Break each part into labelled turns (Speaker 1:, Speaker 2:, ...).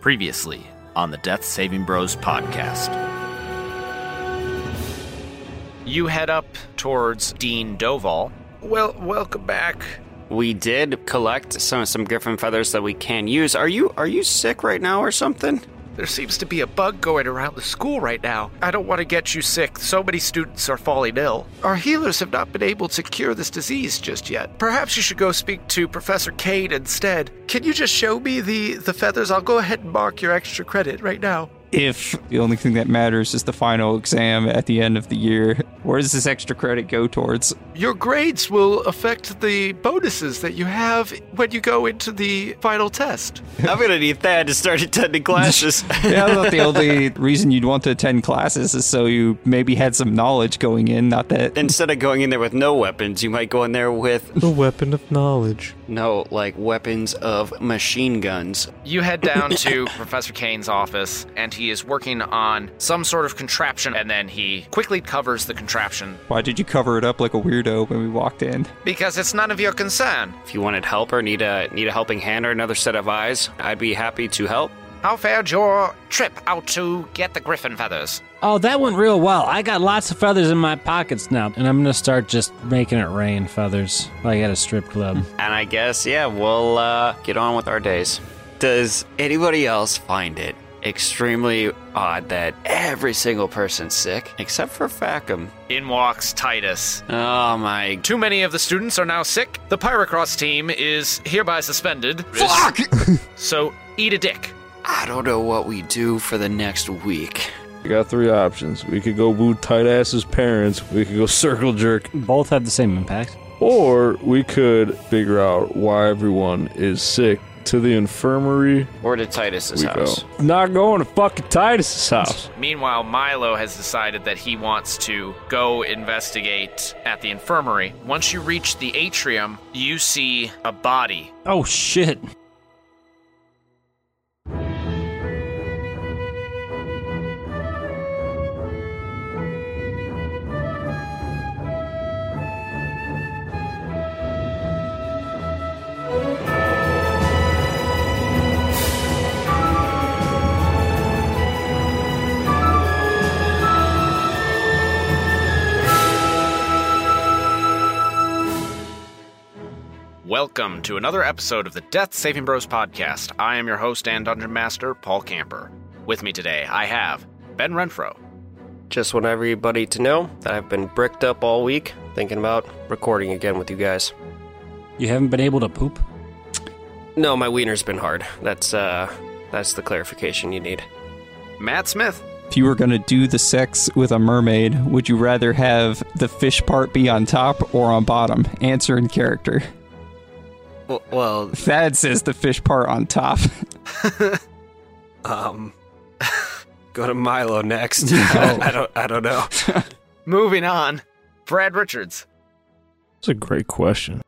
Speaker 1: Previously on the Death Saving Bros podcast. You head up towards Dean Doval.
Speaker 2: Well, welcome back.
Speaker 3: We did collect some some griffin feathers that we can use. Are you are you sick right now or something?
Speaker 2: There seems to be a bug going around the school right now. I don't want to get you sick. So many students are falling ill. Our healers have not been able to cure this disease just yet. Perhaps you should go speak to Professor Kane instead. Can you just show me the, the feathers? I'll go ahead and mark your extra credit right now.
Speaker 4: if the only thing that matters is the final exam at the end of the year. Where does this extra credit go towards?
Speaker 2: Your grades will affect the bonuses that you have when you go into the final test.
Speaker 3: I'm gonna need that to start attending classes.
Speaker 4: Yeah, I thought the only reason you'd want to attend classes is so you maybe had some knowledge going in, not that.
Speaker 3: Instead of going in there with no weapons, you might go in there with
Speaker 5: The weapon of knowledge.
Speaker 3: no like weapons of machine guns.
Speaker 1: You head down to Professor Kane's office, and he is working on some sort of contraption, and then he quickly covers the contraption
Speaker 4: Why did you cover it up like a weirdo when we walked in?
Speaker 1: because it's none of your concern.
Speaker 3: If you wanted help or need a need a helping hand or another set of eyes, I'd be happy to help.
Speaker 1: How fared your trip out to get the griffin feathers?
Speaker 6: Oh, that went real well. I got lots of feathers in my pockets now, and I'm gonna start just making it rain feathers like at a strip club.
Speaker 3: And I guess yeah, we'll uh, get on with our days. Does anybody else find it extremely odd that every single person's sick except for Facum?
Speaker 1: In walks Titus.
Speaker 3: Oh my
Speaker 1: Too many of the students are now sick. The Pyrocross team is hereby suspended.
Speaker 3: fuck!
Speaker 1: So eat a dick.
Speaker 3: I don't know what we do for the next week.
Speaker 7: We got three options. We could go woo tight ass's parents, we could go circle jerk,
Speaker 6: Both have the same impact.
Speaker 7: or we could figure out why everyone is sick to the infirmary.
Speaker 3: Or to Titus's
Speaker 7: We go.
Speaker 3: house.
Speaker 7: Not going to fucking Titus's house.
Speaker 1: Meanwhile, Milo has decided that he wants to go investigate at the infirmary. Once you reach the atrium, you see a body.
Speaker 6: Oh shit!
Speaker 1: Welcome to another episode of the Death Saving Bros podcast. I am your host and dungeon master, Paul Camper. With me today, I have Ben Renfro,
Speaker 8: Just want everybody to know that I've been bricked up all week thinking about recording again with you guys.
Speaker 6: You haven't been able to poop.
Speaker 8: No, my wiener's been hard. That's uh that's the clarification you need.
Speaker 1: Matt Smith,
Speaker 4: If you were going to do the sex with a mermaid, would you rather have the fish part be on top or on bottom? Answer in character.
Speaker 8: Well, well
Speaker 4: Thad says the fish part on top.
Speaker 8: um go to Milo next. I don't I don't know.
Speaker 1: moving on, Brad Richards,
Speaker 7: That's a great question.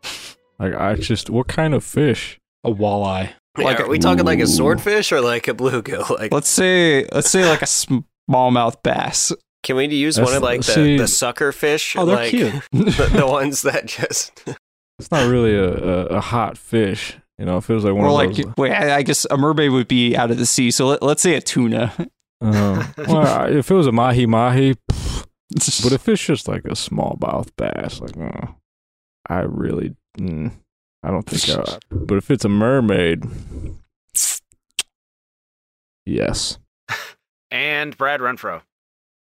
Speaker 7: Like, I just, what kind of fish?
Speaker 5: A walleye.
Speaker 8: Like, are we talking like a swordfish or like a bluegill? Like
Speaker 4: Let's say, let's say like a smallmouth bass.
Speaker 8: can we use
Speaker 7: That's-
Speaker 8: one of like the,
Speaker 7: see-
Speaker 8: the sucker fish?
Speaker 5: Oh, they're
Speaker 8: like
Speaker 5: cute.
Speaker 8: The, the ones that just
Speaker 7: It's not really a, a, a hot fish. You know, it feels like one
Speaker 4: Or
Speaker 7: of
Speaker 4: like,
Speaker 7: those.
Speaker 4: wait, I I guess a mermaid would be out of the sea. So let, let's say a tuna.
Speaker 7: Um, well, I- if it was a mahi mahi, pff, but if it's just like a small mouth bass, like uh, I really, mm, I don't think. I, but if it's a mermaid, yes,
Speaker 1: and Brad Renfro.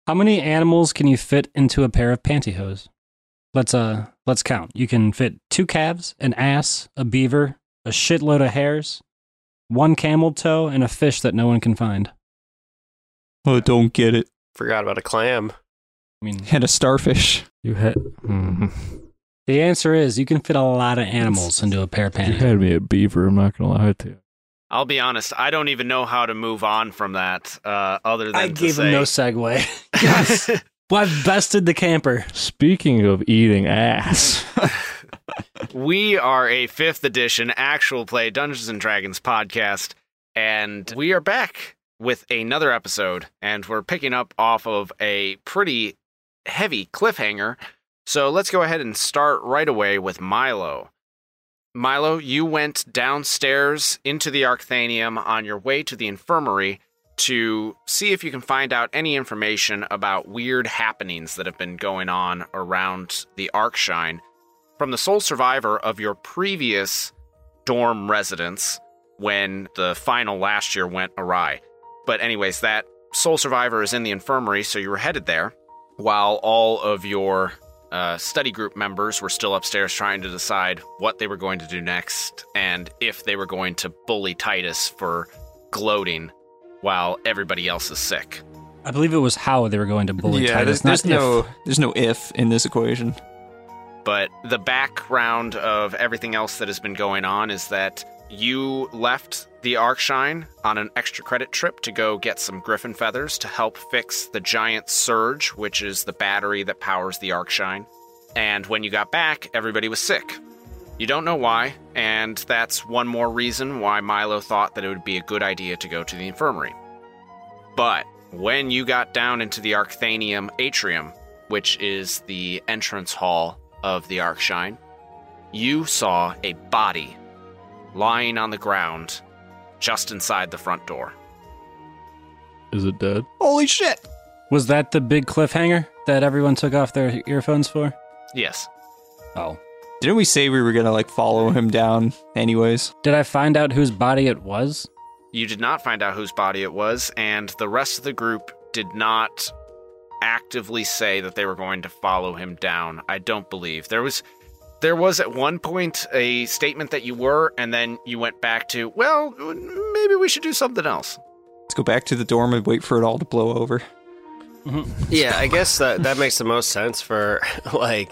Speaker 6: How many animals can you fit into a pair of pantyhose? Let's uh let's count. You can fit two calves, an ass, a beaver, a shitload of hares, one camel toe, and a fish that no one can find.
Speaker 4: Oh, don't get it.
Speaker 8: forgot about a clam.
Speaker 6: I mean,
Speaker 4: And a starfish.
Speaker 7: you had mm,
Speaker 6: the answer is you can fit a lot of animals into a pair of
Speaker 7: you
Speaker 6: pantyhose.
Speaker 7: had me at beaver. I'm not gonna lie to you.
Speaker 1: I'll be honest, I don't even know how to move on from that. Uh, other than
Speaker 6: I
Speaker 1: to
Speaker 6: gave him
Speaker 1: say-
Speaker 6: no segue. Yes. well, I've bested the camper.
Speaker 7: Speaking of eating ass,
Speaker 1: We are a fifth edition actual play Dungeons and Dragons podcast, and we are back with another episode, and we're picking up off of a pretty heavy cliffhanger. So let's go ahead and start right away with Milo. Milo, you went downstairs into the Arcthanium on your way to the infirmary to see if you can find out any information about weird happenings that have been going on around the Arkshine from the sole survivor of your previous dorm residence when the final last year went awry. But, anyways, that sole survivor is in the infirmary, so you were headed there while all of your uh, study group members were still upstairs trying to decide what they were going to do next and if they were going to bully Titus for gloating while everybody else is sick.
Speaker 6: I believe it was how they were going to bully
Speaker 4: yeah,
Speaker 6: Titus.
Speaker 4: there's, there's
Speaker 6: not if.
Speaker 4: no there's no if in this equation.
Speaker 1: But the background of everything else that has been going on is that you left the Arkshine on an extra credit trip to go get some griffin feathers to help fix the giant surge, which is the battery that powers the Arkshine. And when you got back, everybody was sick. You don't know why, and that's one more reason why Milo thought that it would be a good idea to go to the infirmary. But when you got down into the Arcthanium atrium, which is the entrance hall of the Arkshine, you saw a body lying on the ground just inside the front door.
Speaker 7: Is it dead?
Speaker 4: Holy shit!
Speaker 6: Was that the big cliffhanger that everyone took off their earphones for?
Speaker 1: Yes.
Speaker 6: Oh.
Speaker 4: Didn't we say we were gonna like follow him down anyways?
Speaker 6: Did I find out whose body it was?
Speaker 1: You did not find out whose body it was, and the rest of the group did not actively say that they were going to follow him down. I don't believe there was. There was at one point a statement that you were, and then you went back to, well, maybe we should do something else.
Speaker 4: Let's go back to the dorm and wait for it all to blow over.
Speaker 6: Mm-hmm.
Speaker 8: Yeah, I guess that that makes the most sense for like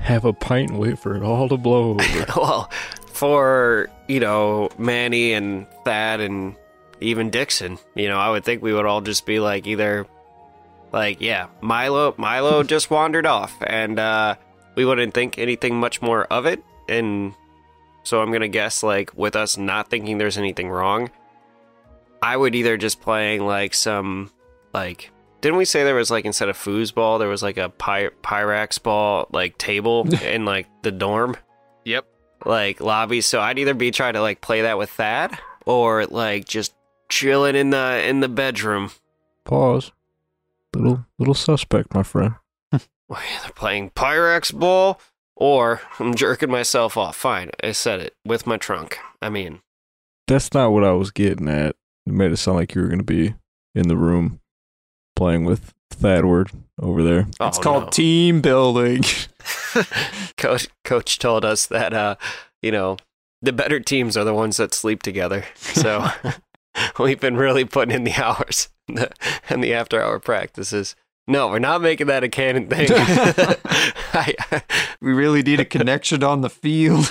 Speaker 7: Have a pint and wait for it all to blow over.
Speaker 8: well, for you know Manny and Thad and even Dixon. You know, I would think we would all just be like either like yeah, Milo Milo just wandered off, and uh, we wouldn't think anything much more of it. And so I'm gonna guess like with us not thinking there's anything wrong, I would either just playing like some like. Didn't we say there was like instead of foosball, there was like a py- Pyrax ball like table in like the dorm?
Speaker 1: Yep.
Speaker 8: like lobby. So I'd either be trying to like play that with Thad or like just chilling in the in the bedroom.
Speaker 7: Pause. Little little suspect, my friend.
Speaker 8: We're either playing Pyrex ball or I'm jerking myself off. Fine, I said it with my trunk. I mean,
Speaker 7: That's not what I was getting at. It made it sound like you were gonna be in the room playing with Thadward over there.
Speaker 8: oh,
Speaker 4: it's called
Speaker 8: no.
Speaker 4: team building.
Speaker 8: coach. Coach told us that uh, you know, the better teams are the ones that sleep together. So we've been really putting in the hours and the, and the after hour practices. No, we're not making that a canon thing. I,
Speaker 4: we really need a connection on the field.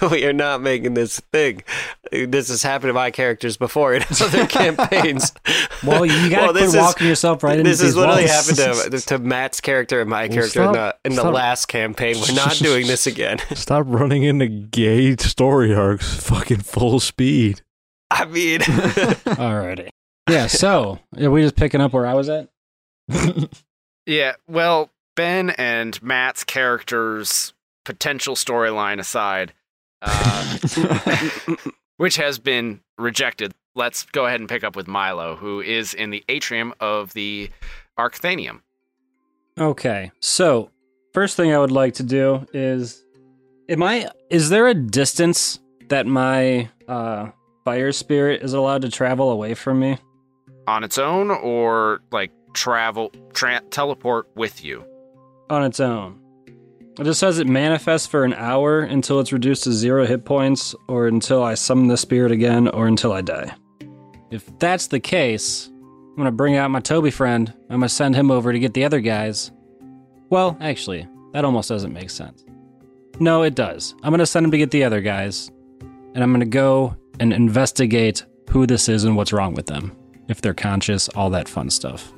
Speaker 8: we are not making this thing. This has happened to my characters before in other campaigns.
Speaker 6: Well, you gotta
Speaker 8: Well,
Speaker 6: quit
Speaker 8: this is-
Speaker 6: walking yourself right into
Speaker 8: this has
Speaker 6: these
Speaker 8: literally
Speaker 6: walls.
Speaker 8: happened to, to Matt's character and my
Speaker 7: Well,
Speaker 8: character in the
Speaker 7: stop-
Speaker 8: in the
Speaker 7: stop.
Speaker 8: last campaign. We're not doing this again.
Speaker 7: Stop running into gay story arcs fucking full speed.
Speaker 8: I mean,
Speaker 6: Alrighty. Yeah, so are we just picking up where I was at?
Speaker 1: Yeah, well, Ben and Matt's characters' potential storyline aside, uh, which has been rejected, let's go ahead and pick up with Milo, who is in the atrium of the Arcthanium.
Speaker 6: Okay. So, first thing I would like to do is am I is there a distance that my uh fire spirit is allowed to travel away from me?
Speaker 1: On its own or like travel, tra- teleport with you?
Speaker 6: on its own. It just says it manifests for an hour until it's reduced to zero hit points, or until I summon the spirit again, or until I die. If that's the case, I'm gonna bring out my Toby friend. I'm gonna send him over to get the other guys. Well, actually, that almost doesn't make sense. No, it does. I'm gonna send him to get the other guys, and I'm gonna go and investigate who this is and what's wrong with them. If they're conscious, all that fun stuff.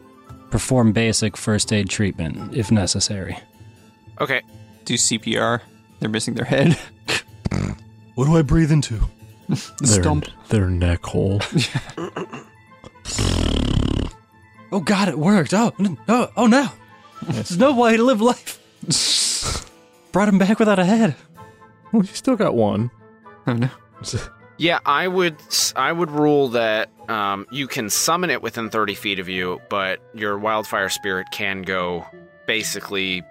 Speaker 6: Perform basic first aid treatment if necessary.
Speaker 1: Okay,
Speaker 4: Do CPR. They're missing their head.
Speaker 5: What do I breathe into?
Speaker 7: Their,
Speaker 4: Stump.
Speaker 7: their neck hole.
Speaker 6: Oh God, it worked! Oh no! Oh, oh no! There's no way to live life. Brought him back without a head.
Speaker 7: well, you still got one.
Speaker 4: Oh no.
Speaker 1: Yeah, I would I would rule that um, you can summon it within 30 feet of you, but your wildfire spirit can go basically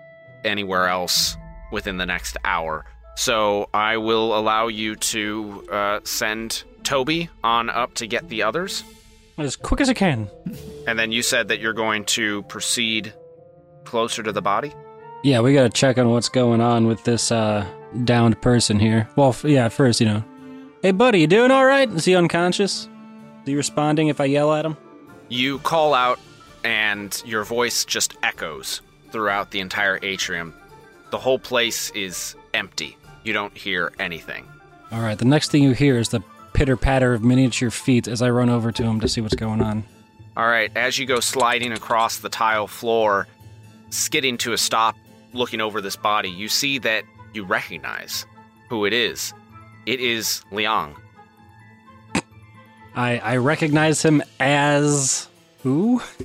Speaker 1: anywhere else within the next hour. So I will allow you to uh, send Toby on up to get the others,
Speaker 6: As quick as I can.
Speaker 1: and then you said that you're going to proceed closer to the body.
Speaker 6: Yeah, we gotta check on what's going on with this uh, downed person here. Well, f- yeah, first, you know. Hey, buddy, you doing all right? Is he unconscious? Is he responding if I yell at him?
Speaker 1: You call out, and your voice just echoes throughout the entire atrium. The whole place is empty. You don't hear anything.
Speaker 6: All right, the next thing you hear is the pitter patter of miniature feet as I run over to him to see what's going on.
Speaker 1: All right, as you go sliding across the tile floor, skidding to a stop, looking over this body, you see that you recognize who it is. It is Liang.
Speaker 6: I, I recognize him as. Who?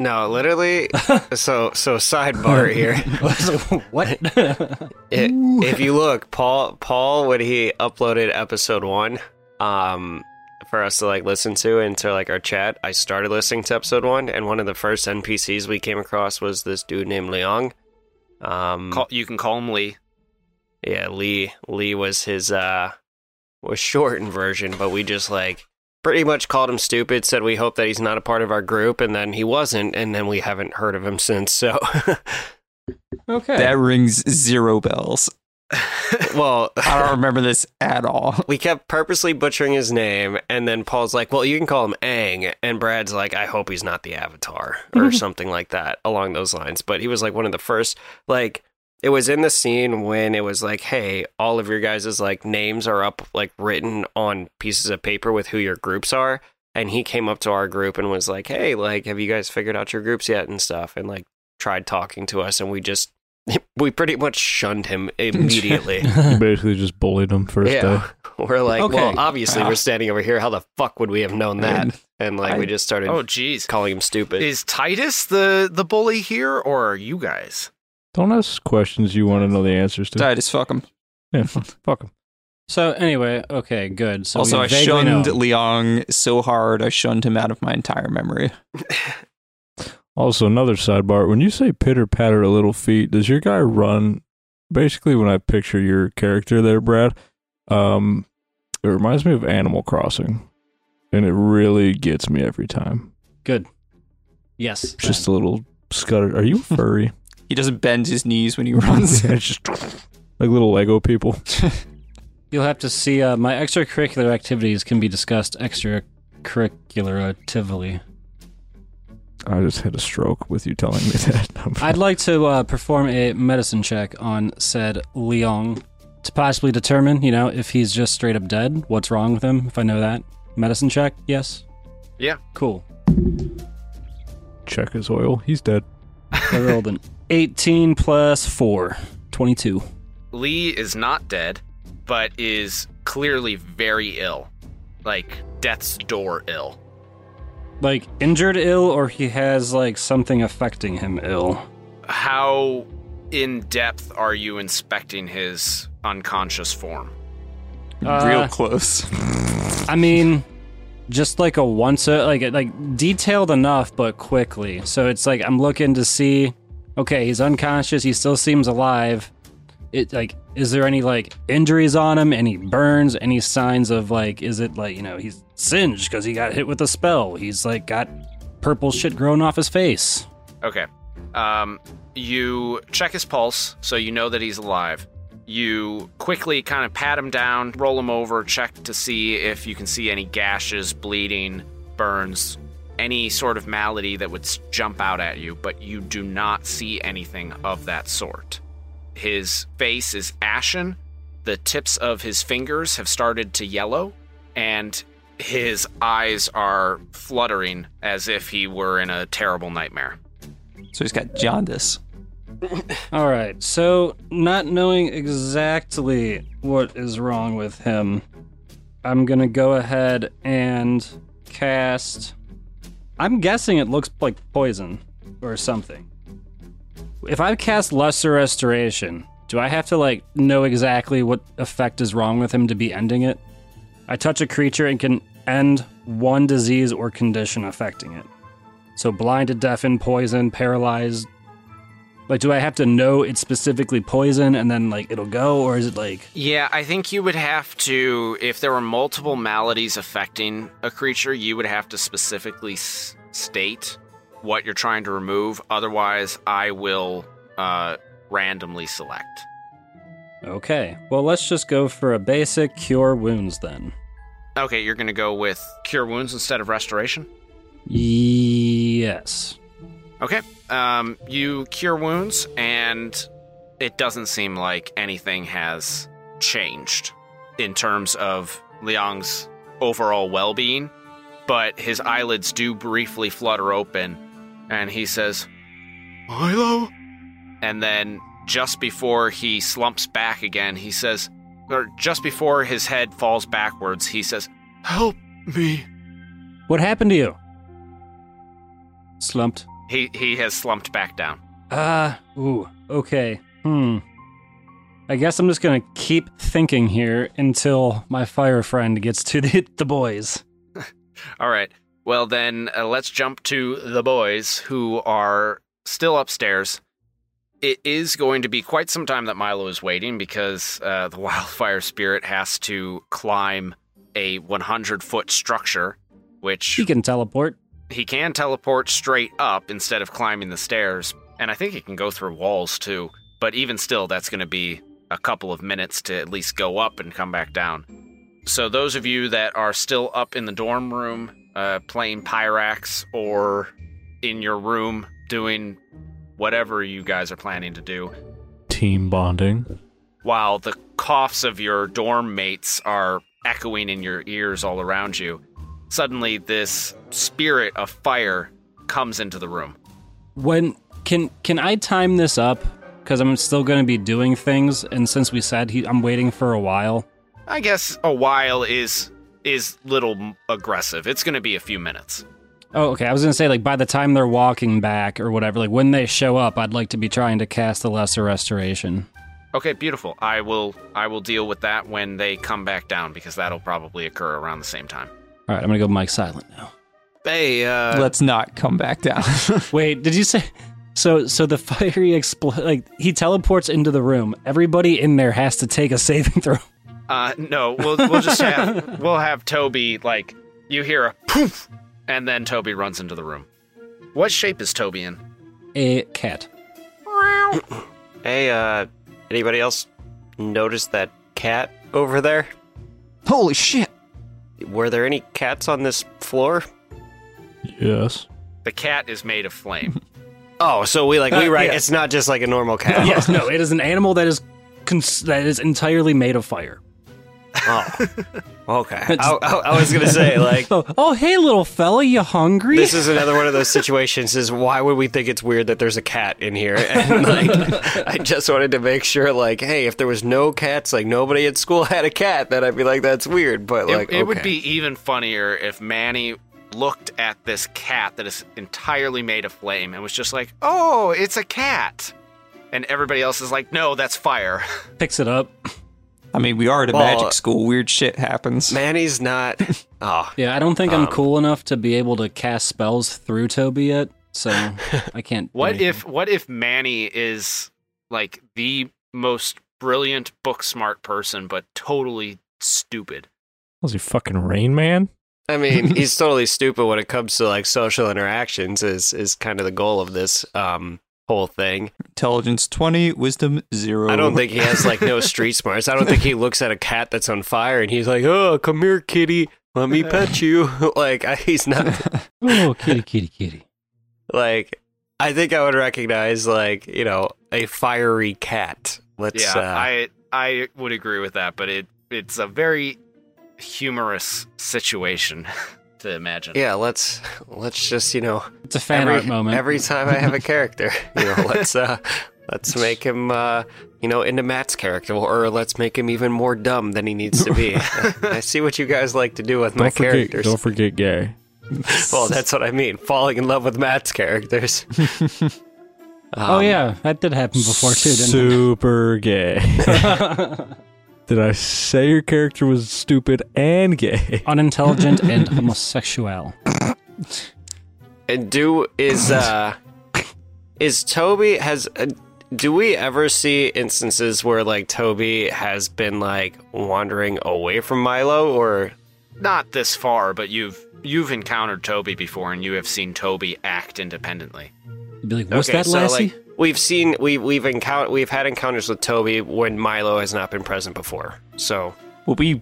Speaker 8: No, literally. so so sidebar here.
Speaker 6: what?
Speaker 8: It, if you look, Paul Paul when he uploaded episode one, um, for us to like listen to and to like our chat, I started listening to episode one, and one of the first NPCs we came across was this dude named Liang. Um,
Speaker 1: Call, you can call him Lee.
Speaker 8: yeah, Lee Lee was his uh was shortened version, but we just like pretty much called him stupid, said we hope that he's not a part of our group, and then he wasn't, and then we haven't heard of him since. So,
Speaker 6: Okay.
Speaker 4: That rings zero bells.
Speaker 8: well.
Speaker 4: I don't remember this at all.
Speaker 8: we kept purposely butchering his name, and then Paul's like, "Well, you can call him Aang," and Brad's like, "I hope he's not the Avatar or something like that along those lines." But he was like one of the first, like it was in the scene when it was like, "Hey, all of your guys' like names are up, like written on pieces of paper with who your groups are." And he came up to our group and was like, "Hey, like, have you guys figured out your groups yet and stuff?" And like tried talking to us, and we just. We pretty much shunned him immediately.
Speaker 7: You basically just bullied him first day.
Speaker 8: We're like,
Speaker 4: Okay.
Speaker 8: well, obviously
Speaker 4: Wow.
Speaker 8: we're standing over here. How the fuck would we have known that? And like, we just started
Speaker 1: Oh, jeez.
Speaker 8: calling him stupid.
Speaker 1: Is Titus the the bully here, or are you guys?
Speaker 7: Don't ask questions you want to know the answers to.
Speaker 4: I just fuck him.
Speaker 7: Yeah, fuck him.
Speaker 6: so, anyway, okay, good. So
Speaker 4: also,
Speaker 6: we
Speaker 4: I
Speaker 6: vaguely
Speaker 4: shunned
Speaker 6: know.
Speaker 4: Liang so hard, I shunned him out of my entire memory.
Speaker 7: Also, another sidebar. When you say pitter patter of little feet, does your guy run? Basically, when I picture your character there, Brad, um, it reminds me of Animal Crossing, and it really gets me every time.
Speaker 6: Good. Yes.
Speaker 7: It's just a little scutter. Are you furry?
Speaker 4: He doesn't bend his knees when he runs.
Speaker 6: Uh.
Speaker 7: Yeah, it's just like little Lego people.
Speaker 6: You'll have to see uh, my extracurricular activities can be discussed extracurricularly.
Speaker 7: I just had a stroke with you telling me that. I'm-
Speaker 6: I'd like to uh, perform a medicine check on said Leong to possibly determine, you know, if he's just straight up dead, what's wrong with him, if I know that. Medicine check, yes?
Speaker 1: Yeah.
Speaker 6: Cool.
Speaker 7: Check his oil. He's dead.
Speaker 6: I rolled an 18 plus 4, 22.
Speaker 1: Lee is not dead, but is clearly very ill, like death's door ill.
Speaker 6: Like, injured ill, or he has, like, something affecting him ill?
Speaker 1: How in depth are you inspecting his unconscious form?
Speaker 4: Real
Speaker 6: Uh,
Speaker 4: close.
Speaker 6: I mean, just like a once, a, like like detailed enough, but quickly. So it's like I'm looking to see. Okay, he's unconscious. He still seems alive. It like is there any like injuries on him? Any burns? Any signs of like is it like you know he's singed because he got hit with a spell? He's like got purple shit growing off his face.
Speaker 1: Okay. Um, you check his pulse, so you know that he's alive. You quickly kind of pat him down, roll him over, check to see if you can see any gashes, bleeding, burns, any sort of malady that would s- jump out at you, but you do not see anything of that sort. His face is ashen, the tips of his fingers have started to yellow, and his eyes are fluttering as if he were in a terrible nightmare.
Speaker 4: so he's got jaundice.
Speaker 6: All right, so not knowing exactly what is wrong with him, I'm gonna go ahead and cast. I'm guessing it looks like poison or something. If I cast Lesser Restoration, Do I have to like know exactly what effect is wrong with him to be ending it? I touch a creature and can end one disease or condition affecting it. So blinded, deafened, poisoned, paralyzed. Like, do I have to know it's specifically poison and then like it'll go, or is it like
Speaker 1: Yeah, I think you would have to, if there were multiple maladies affecting a creature, you would have to specifically s- state what you're trying to remove. Otherwise, I will uh, randomly select.
Speaker 6: okay? Well, let's just go for a basic cure wounds then.
Speaker 1: Okay, you're going to go with cure wounds instead of restoration.
Speaker 6: Yes.
Speaker 1: Okay. Um, you cure wounds, and it doesn't seem like anything has changed in terms of Liang's overall well being, but his eyelids do briefly flutter open, and he says, Milo? And then just before he slumps back again, he says, or just before his head falls backwards, he says,
Speaker 5: Help me.
Speaker 6: What happened to you? Slumped.
Speaker 1: he, he has slumped back down.
Speaker 6: Ah, ooh, okay. Hmm. I guess I'm just gonna keep thinking here until my fire friend gets to the, the boys.
Speaker 1: All right. Well, then uh, let's jump to the boys who are still upstairs. It is going to be quite some time that Milo is waiting because uh, the wildfire spirit has to climb a 100 foot structure, which
Speaker 6: He can teleport.
Speaker 1: he can teleport straight up instead of climbing the stairs. And I think he can go through walls too. But even still, that's going to be a couple of minutes to at least go up and come back down. So, those of you that are still up in the dorm room uh, playing Pyrax or in your room doing whatever you guys are planning to do,
Speaker 5: Team bonding.
Speaker 1: while the coughs of your dorm mates are echoing in your ears all around you, suddenly this spirit of fire comes into the room.
Speaker 6: When can can I time this up? Because I'm still gonna be doing things, and since we said he, I'm waiting for a while.
Speaker 1: I guess a while is is little m- aggressive. It's going to be a few minutes.
Speaker 6: Oh, okay. I was gonna say like by the time they're walking back or whatever, like when they show up, I'd like to be trying to cast the lesser restoration.
Speaker 1: Okay, beautiful. I will I will deal with that when they come back down because that'll probably occur around the same time.
Speaker 6: All right, I'm gonna go Mike silent now.
Speaker 8: Hey, uh,
Speaker 4: Let's not come back down.
Speaker 6: Wait, did you say? So, so the fiery expl like he teleports into the room. Everybody in there has to take a saving throw.
Speaker 1: Uh, no, we'll we'll just have we'll have Toby like you hear a poof, and then Toby runs into the room. What shape is Toby in?
Speaker 6: A cat.
Speaker 8: hey, uh, anybody else notice that cat over there?
Speaker 4: Holy shit!
Speaker 8: Were there any cats on this floor?
Speaker 5: Yes.
Speaker 1: The cat is made of flame.
Speaker 8: Oh, so we like we
Speaker 6: Uh,
Speaker 8: right?
Speaker 6: yeah.
Speaker 8: It's not just like a normal cat.
Speaker 6: yes, no, it is an animal that is cons- that is entirely made of fire.
Speaker 8: Oh, okay. I, I, I was gonna say like
Speaker 6: Oh, oh, hey, little fella, you hungry?
Speaker 8: this is another one of those situations. Is why would we think it's weird that there's a cat in here? And like, I just wanted to make sure, like, hey, if there was no cats, like nobody at school had a cat, then I'd be like, that's weird. But
Speaker 1: It,
Speaker 8: like,
Speaker 1: it would
Speaker 8: okay.
Speaker 1: be even funnier if Manny looked at this cat that is entirely made of flame and was just like, "Oh, it's a cat," and everybody else is like, "No, that's fire."
Speaker 6: Picks it up.
Speaker 4: I mean, we are at a
Speaker 8: Well, uh,
Speaker 4: magic school. Weird shit happens.
Speaker 8: Manny's not. Oh,
Speaker 6: Yeah, I don't think I'm cool enough to be able to cast spells through Toby yet, so I can't. do
Speaker 1: What
Speaker 6: anything.
Speaker 1: if what if Manny is like the most brilliant book smart person, but totally stupid?
Speaker 7: Was he fucking Rain Man?
Speaker 8: I mean, he's totally stupid when it comes to like social interactions. Is is kind of the goal of this um whole thing.
Speaker 4: Intelligence 20, wisdom 0.
Speaker 8: I don't think he has like no street smarts. I don't think he looks at a cat that's on fire and he's like, "Oh, come here, kitty, let me pet you." like I, he's not
Speaker 6: Oh, kitty, kitty, kitty.
Speaker 8: like. I think I would recognize like you know a fiery cat. Let's
Speaker 1: yeah,
Speaker 8: uh,
Speaker 1: I I would agree with that, but it it's a very humorous situation to imagine.
Speaker 8: yeah let's let's just you know
Speaker 6: It's a fan
Speaker 8: every,
Speaker 6: art moment.
Speaker 8: every time I have a character, you know, let's uh, let's make him uh, you know into Matt's character, or let's make him even more dumb than he needs to be. I see what you guys like to do with my
Speaker 7: Don't forget,
Speaker 8: characters.
Speaker 7: don't forget gay.
Speaker 8: Well, that's what I mean, falling in love with Matt's characters.
Speaker 6: oh
Speaker 3: Um,
Speaker 6: yeah, that did happen before too, didn't
Speaker 7: Super gay.
Speaker 6: it?
Speaker 7: Did I say your character was stupid and gay?
Speaker 6: Unintelligent and homosexual.
Speaker 8: And do is uh is Toby has uh, do we ever see instances where like Toby has been like wandering away from Milo or
Speaker 1: Not this far, but you've you've encountered Toby before, and you have seen Toby act independently.
Speaker 6: Be like, what's that,
Speaker 8: so,
Speaker 6: Lassie?
Speaker 8: like, we've seen we we've encountered we've had encounters with Toby when Milo has not been present before. So
Speaker 4: Will we?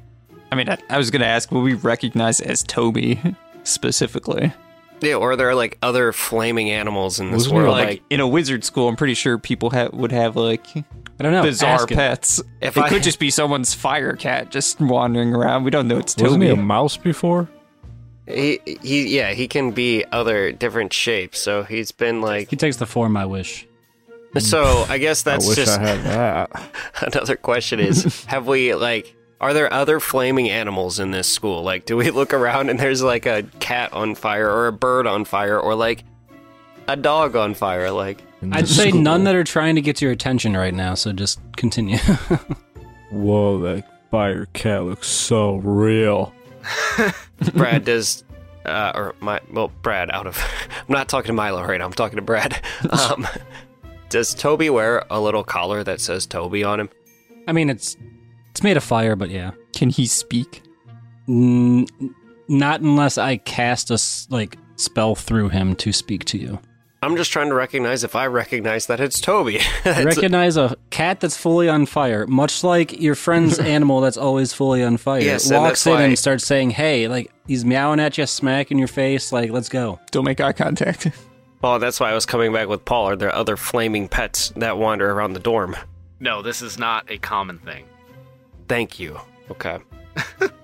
Speaker 4: I mean, I, I was gonna ask, will we recognize as Toby specifically?
Speaker 8: yeah, or there are like other flaming animals in this
Speaker 7: Wasn't
Speaker 8: world.
Speaker 7: there,
Speaker 8: Like,
Speaker 4: Like in a wizard school, I'm pretty sure people ha- would have like
Speaker 6: I don't know.
Speaker 4: bizarre
Speaker 6: ask him.
Speaker 4: pets.
Speaker 8: If
Speaker 4: it
Speaker 8: I-
Speaker 4: could just be someone's fire cat just wandering around. We don't know it's
Speaker 7: Wasn't
Speaker 4: Toby.
Speaker 7: he a mouse before?
Speaker 8: he he yeah he can be other different shapes. So he's been like
Speaker 6: He takes the form I wish.
Speaker 8: so I guess that's
Speaker 7: I wish
Speaker 8: just
Speaker 7: I had that.
Speaker 8: another question is have we like are there other flaming animals in this school like do we look around and there's like a cat on fire or a bird on fire or like a dog on fire like
Speaker 7: In
Speaker 6: I'd
Speaker 7: this
Speaker 6: say
Speaker 7: school.
Speaker 6: none that are trying to get your attention right now, so just continue.
Speaker 7: Whoa, that fire cat looks so real.
Speaker 8: brad does uh, or my well brad out of i'm not talking to milo right now i'm talking to brad um does toby wear a little collar that says toby on him
Speaker 6: I mean, it's it's made of fire, but yeah.
Speaker 4: Can he speak?
Speaker 6: N- not unless I cast a s- like spell through him to speak to you.
Speaker 8: i'm just trying to recognize if i recognize that it's toby It's-
Speaker 6: Recognize a cat that's fully on fire, much like your friend's animal that's always fully on fire.
Speaker 8: Yes, and
Speaker 6: walks in
Speaker 8: that's why-
Speaker 6: and starts saying, "Hey, like he's meowing at you, smacking your face, like let's go."
Speaker 4: Don't make eye contact.
Speaker 8: well Oh, that's why i was coming back with paul are there other flaming pets that wander around the dorm
Speaker 1: No, this is not a common thing.
Speaker 8: Thank you. Okay.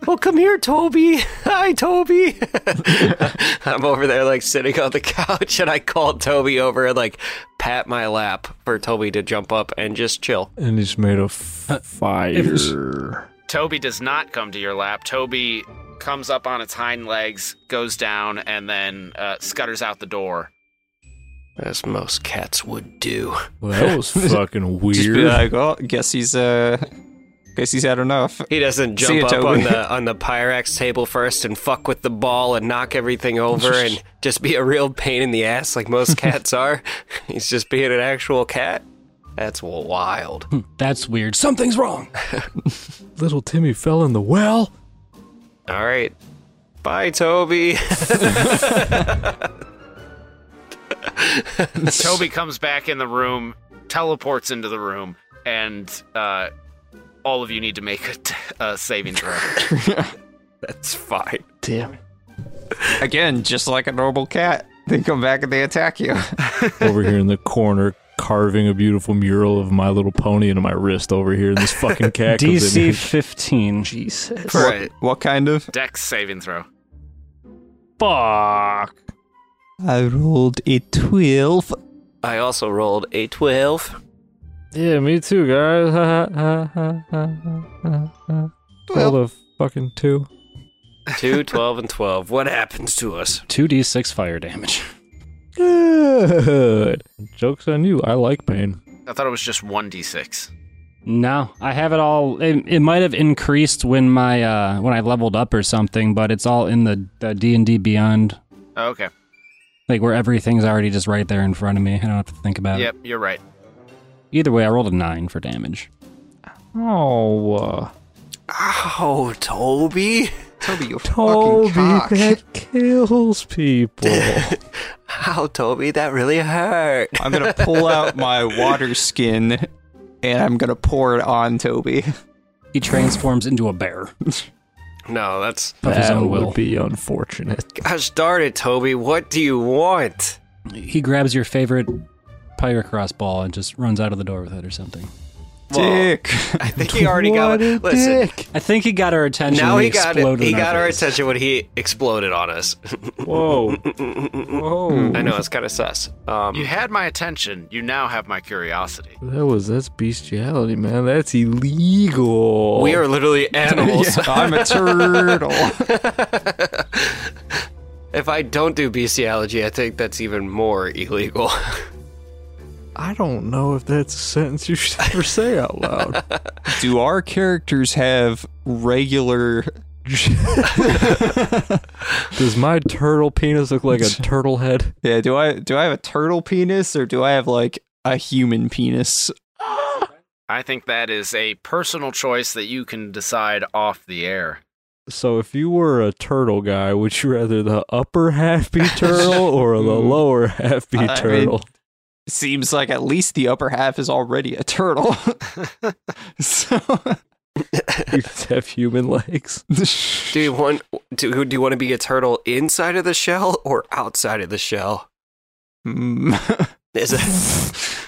Speaker 8: well, come here, Toby. Hi, Toby. I'm over there, like sitting on the couch, and I called Toby over and like pat my lap for Toby to jump up and just chill.
Speaker 7: And he's made of fire.
Speaker 1: Toby does not come to your lap. Toby comes up on its hind legs, goes down, and then uh, scutters out the door.
Speaker 8: As most cats would do.
Speaker 7: Well, that was fucking
Speaker 4: Just be
Speaker 7: weird.
Speaker 4: like, well, guess he's uh, guess he's had enough.
Speaker 8: He doesn't
Speaker 4: See
Speaker 8: jump
Speaker 4: ya,
Speaker 8: up
Speaker 4: Toby.
Speaker 8: on the on the Pyrex table first and fuck with the ball and knock everything over and just be a real pain in the ass like most cats are. He's just being an actual cat. That's wild.
Speaker 6: That's weird. Something's wrong.
Speaker 7: Little Timmy fell in the well.
Speaker 8: All right. Bye, Toby.
Speaker 1: Toby comes back in the room, teleports into the room, and uh, all of you need to make a, t- a saving throw.
Speaker 8: That's fine.
Speaker 4: Again, just like a normal cat, they come back and they attack you.
Speaker 7: over here in the corner carving a beautiful mural of My Little Pony into my wrist over here, and this fucking cat comes in.
Speaker 6: DC 15.
Speaker 4: For what- what, kind of?
Speaker 1: Dex saving throw.
Speaker 7: Fuck.
Speaker 4: I rolled a twelve.
Speaker 8: I also rolled a 12.
Speaker 7: Yeah, me too, guys. Ha, ha, ha, ha, ha, ha, ha. Rolled a fucking two.
Speaker 8: 2, 12, and 12. What happens to us?
Speaker 6: 2d6 fire damage.
Speaker 7: Good. Joke's on you. I like pain.
Speaker 1: I thought it was just 1d6.
Speaker 6: No, I have it all. It, it might have increased when my uh when I leveled up or something, but it's all in the the D and D Beyond,
Speaker 1: Okay.
Speaker 6: like where everything's already just right there in front of me. I don't have to think about it.
Speaker 1: Yep, you're right.
Speaker 6: Either way, I rolled a nine for damage.
Speaker 7: Oh, uh,
Speaker 8: Oh, Toby.
Speaker 4: Toby, you
Speaker 7: Toby,
Speaker 4: fucking cock.
Speaker 7: that kills people.
Speaker 8: How, Toby? That really hurt.
Speaker 4: I'm gonna pull out my water skin and I'm gonna pour it on Toby.
Speaker 6: He transforms into a bear
Speaker 8: No, that's.
Speaker 6: of his
Speaker 7: that
Speaker 6: own
Speaker 7: would
Speaker 6: will.
Speaker 7: be unfortunate.
Speaker 8: Gosh darn it, Toby. What do you want?
Speaker 6: He grabs your favorite pyrocross ball and just runs out of the door with it or something.
Speaker 4: Dick.
Speaker 8: I think he already got.
Speaker 7: What a
Speaker 8: Listen.
Speaker 7: dick.
Speaker 6: I think he got our attention.
Speaker 8: Now
Speaker 6: when
Speaker 8: he got it.
Speaker 6: exploded
Speaker 8: He
Speaker 6: in
Speaker 8: got our
Speaker 6: face.
Speaker 8: attention when he exploded on us.
Speaker 7: Whoa. Whoa.
Speaker 8: I know it's kind of sus. Um,
Speaker 1: You had my attention. You now have my curiosity.
Speaker 7: That was that's bestiality, man. That's illegal.
Speaker 8: We are literally animals.
Speaker 4: I'm a turtle.
Speaker 8: If I don't do bestiality, I think that's even more illegal.
Speaker 7: I don't know if that's a sentence you should ever say out loud.
Speaker 4: Do our characters have regular?
Speaker 7: Does my turtle penis look like a turtle head?
Speaker 4: Yeah. Do I do I have a turtle penis or do I have like a human penis?
Speaker 1: I think that is a personal choice that you can decide off the air.
Speaker 7: So if you were a turtle guy, would you rather the upper half be turtle or the lower half be
Speaker 4: I mean-
Speaker 7: turtle?
Speaker 4: Seems like at least the upper half is already a turtle. so
Speaker 7: you just have human legs.
Speaker 8: Do you want do, do you want to be a turtle inside of the shell or outside of the shell?
Speaker 4: Mm.
Speaker 8: Is it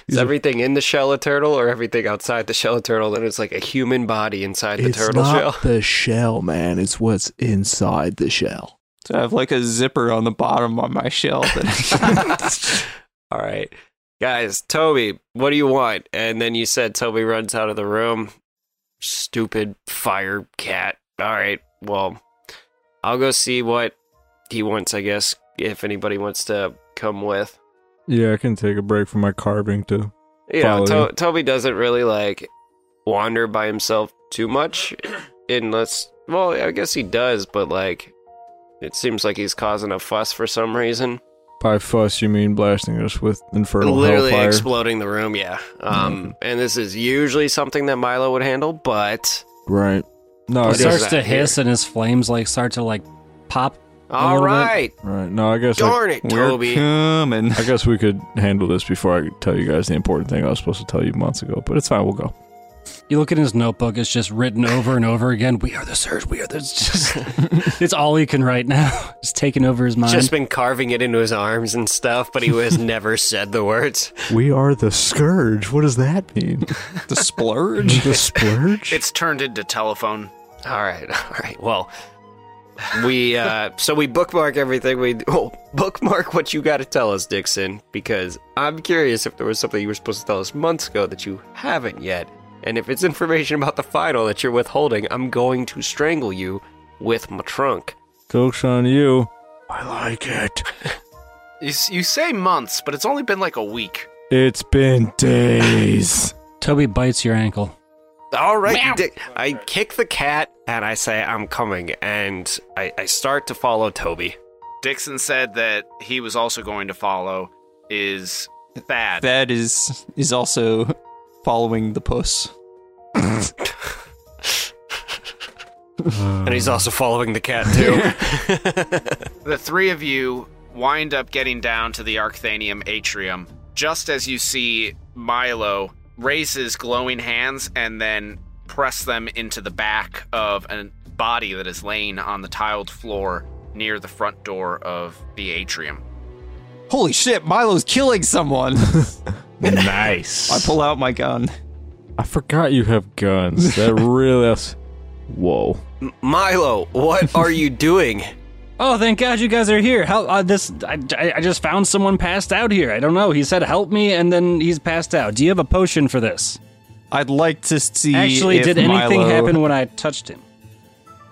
Speaker 8: is everything in the shell a turtle or everything outside the shell a turtle? Then it's like a human body inside the turtle shell.
Speaker 7: the shell, man. It's what's inside the shell.
Speaker 4: So I have like a zipper on the bottom on my shell. That
Speaker 8: All right. Guys, Toby, what do you want? And then you said Toby runs out of the room. Stupid fire cat. All right. Well, I'll go see what he wants, I guess, if anybody wants to come with.
Speaker 7: Yeah, I can take a break from my carving too.
Speaker 8: You know,
Speaker 7: Follow
Speaker 8: to- Toby doesn't really like wander by himself too much unless, well, I guess he does, but like it seems like he's causing a fuss for some reason.
Speaker 7: By fuss, you mean blasting us with infernal
Speaker 8: literally
Speaker 7: hellfire?
Speaker 8: exploding the room yeah um and this is usually something that milo would handle but
Speaker 7: right. No, I
Speaker 6: He
Speaker 8: What is
Speaker 7: guess,
Speaker 6: starts to
Speaker 8: that here?
Speaker 6: hiss and his flames like start to like pop.
Speaker 8: all
Speaker 6: little bit.
Speaker 8: right
Speaker 7: right. No, I guess. I,
Speaker 8: darn it
Speaker 4: We're
Speaker 8: toby
Speaker 4: coming.
Speaker 7: I guess we could handle this before I tell you guys the important thing I was supposed to tell you months ago. But it's fine. We'll go.
Speaker 6: You look in his notebook; it's just written over and over again. We are the surge. We are the. It's, just, it's all he can write now. It's taking over his mind.
Speaker 8: just been carving it into his arms and stuff but he has never said the words
Speaker 7: We are the scourge. What does that mean?
Speaker 4: the splurge.
Speaker 7: the splurge?
Speaker 1: It's turned into telephone.
Speaker 8: all right all right well we uh so we bookmark everything we oh, bookmark what you got to tell us dixon because i'm curious if there was something you were supposed to tell us months ago that you haven't yet and if it's information about the final that you're withholding i'm going to strangle you with my trunk
Speaker 7: Joke's on you. I like it.
Speaker 1: You, s- you say months, but it's only been like a week.
Speaker 7: It's been days.
Speaker 6: Toby bites your ankle.
Speaker 8: All right, Dick. I kick the cat and I say, I'm coming. And I, I start to follow Toby.
Speaker 1: Dixon said that he was also going to follow is Thad.
Speaker 4: that is is also following the puss.
Speaker 8: And he's also following the cat, too.
Speaker 1: The three of you wind up getting down to the Arcthanium atrium just as you see Milo raise his glowing hands and then press them into the back of a body that is laying on the tiled floor near the front door of the atrium.
Speaker 4: Holy shit! Milo's killing someone.
Speaker 7: nice.
Speaker 4: I
Speaker 7: I,
Speaker 4: pull out my gun.
Speaker 7: forgot you have guns. That really that's Whoa.
Speaker 8: Milo, what are you doing?
Speaker 6: Oh, thank God you guys are here. How uh, this? I, I, I just found someone passed out here. I don't know. He said, "Help me," and then he's passed out. Do you have a potion for this?
Speaker 4: I'd like to see.
Speaker 6: Actually,
Speaker 4: if
Speaker 6: did anything
Speaker 4: Milo-
Speaker 6: happen when I touched him?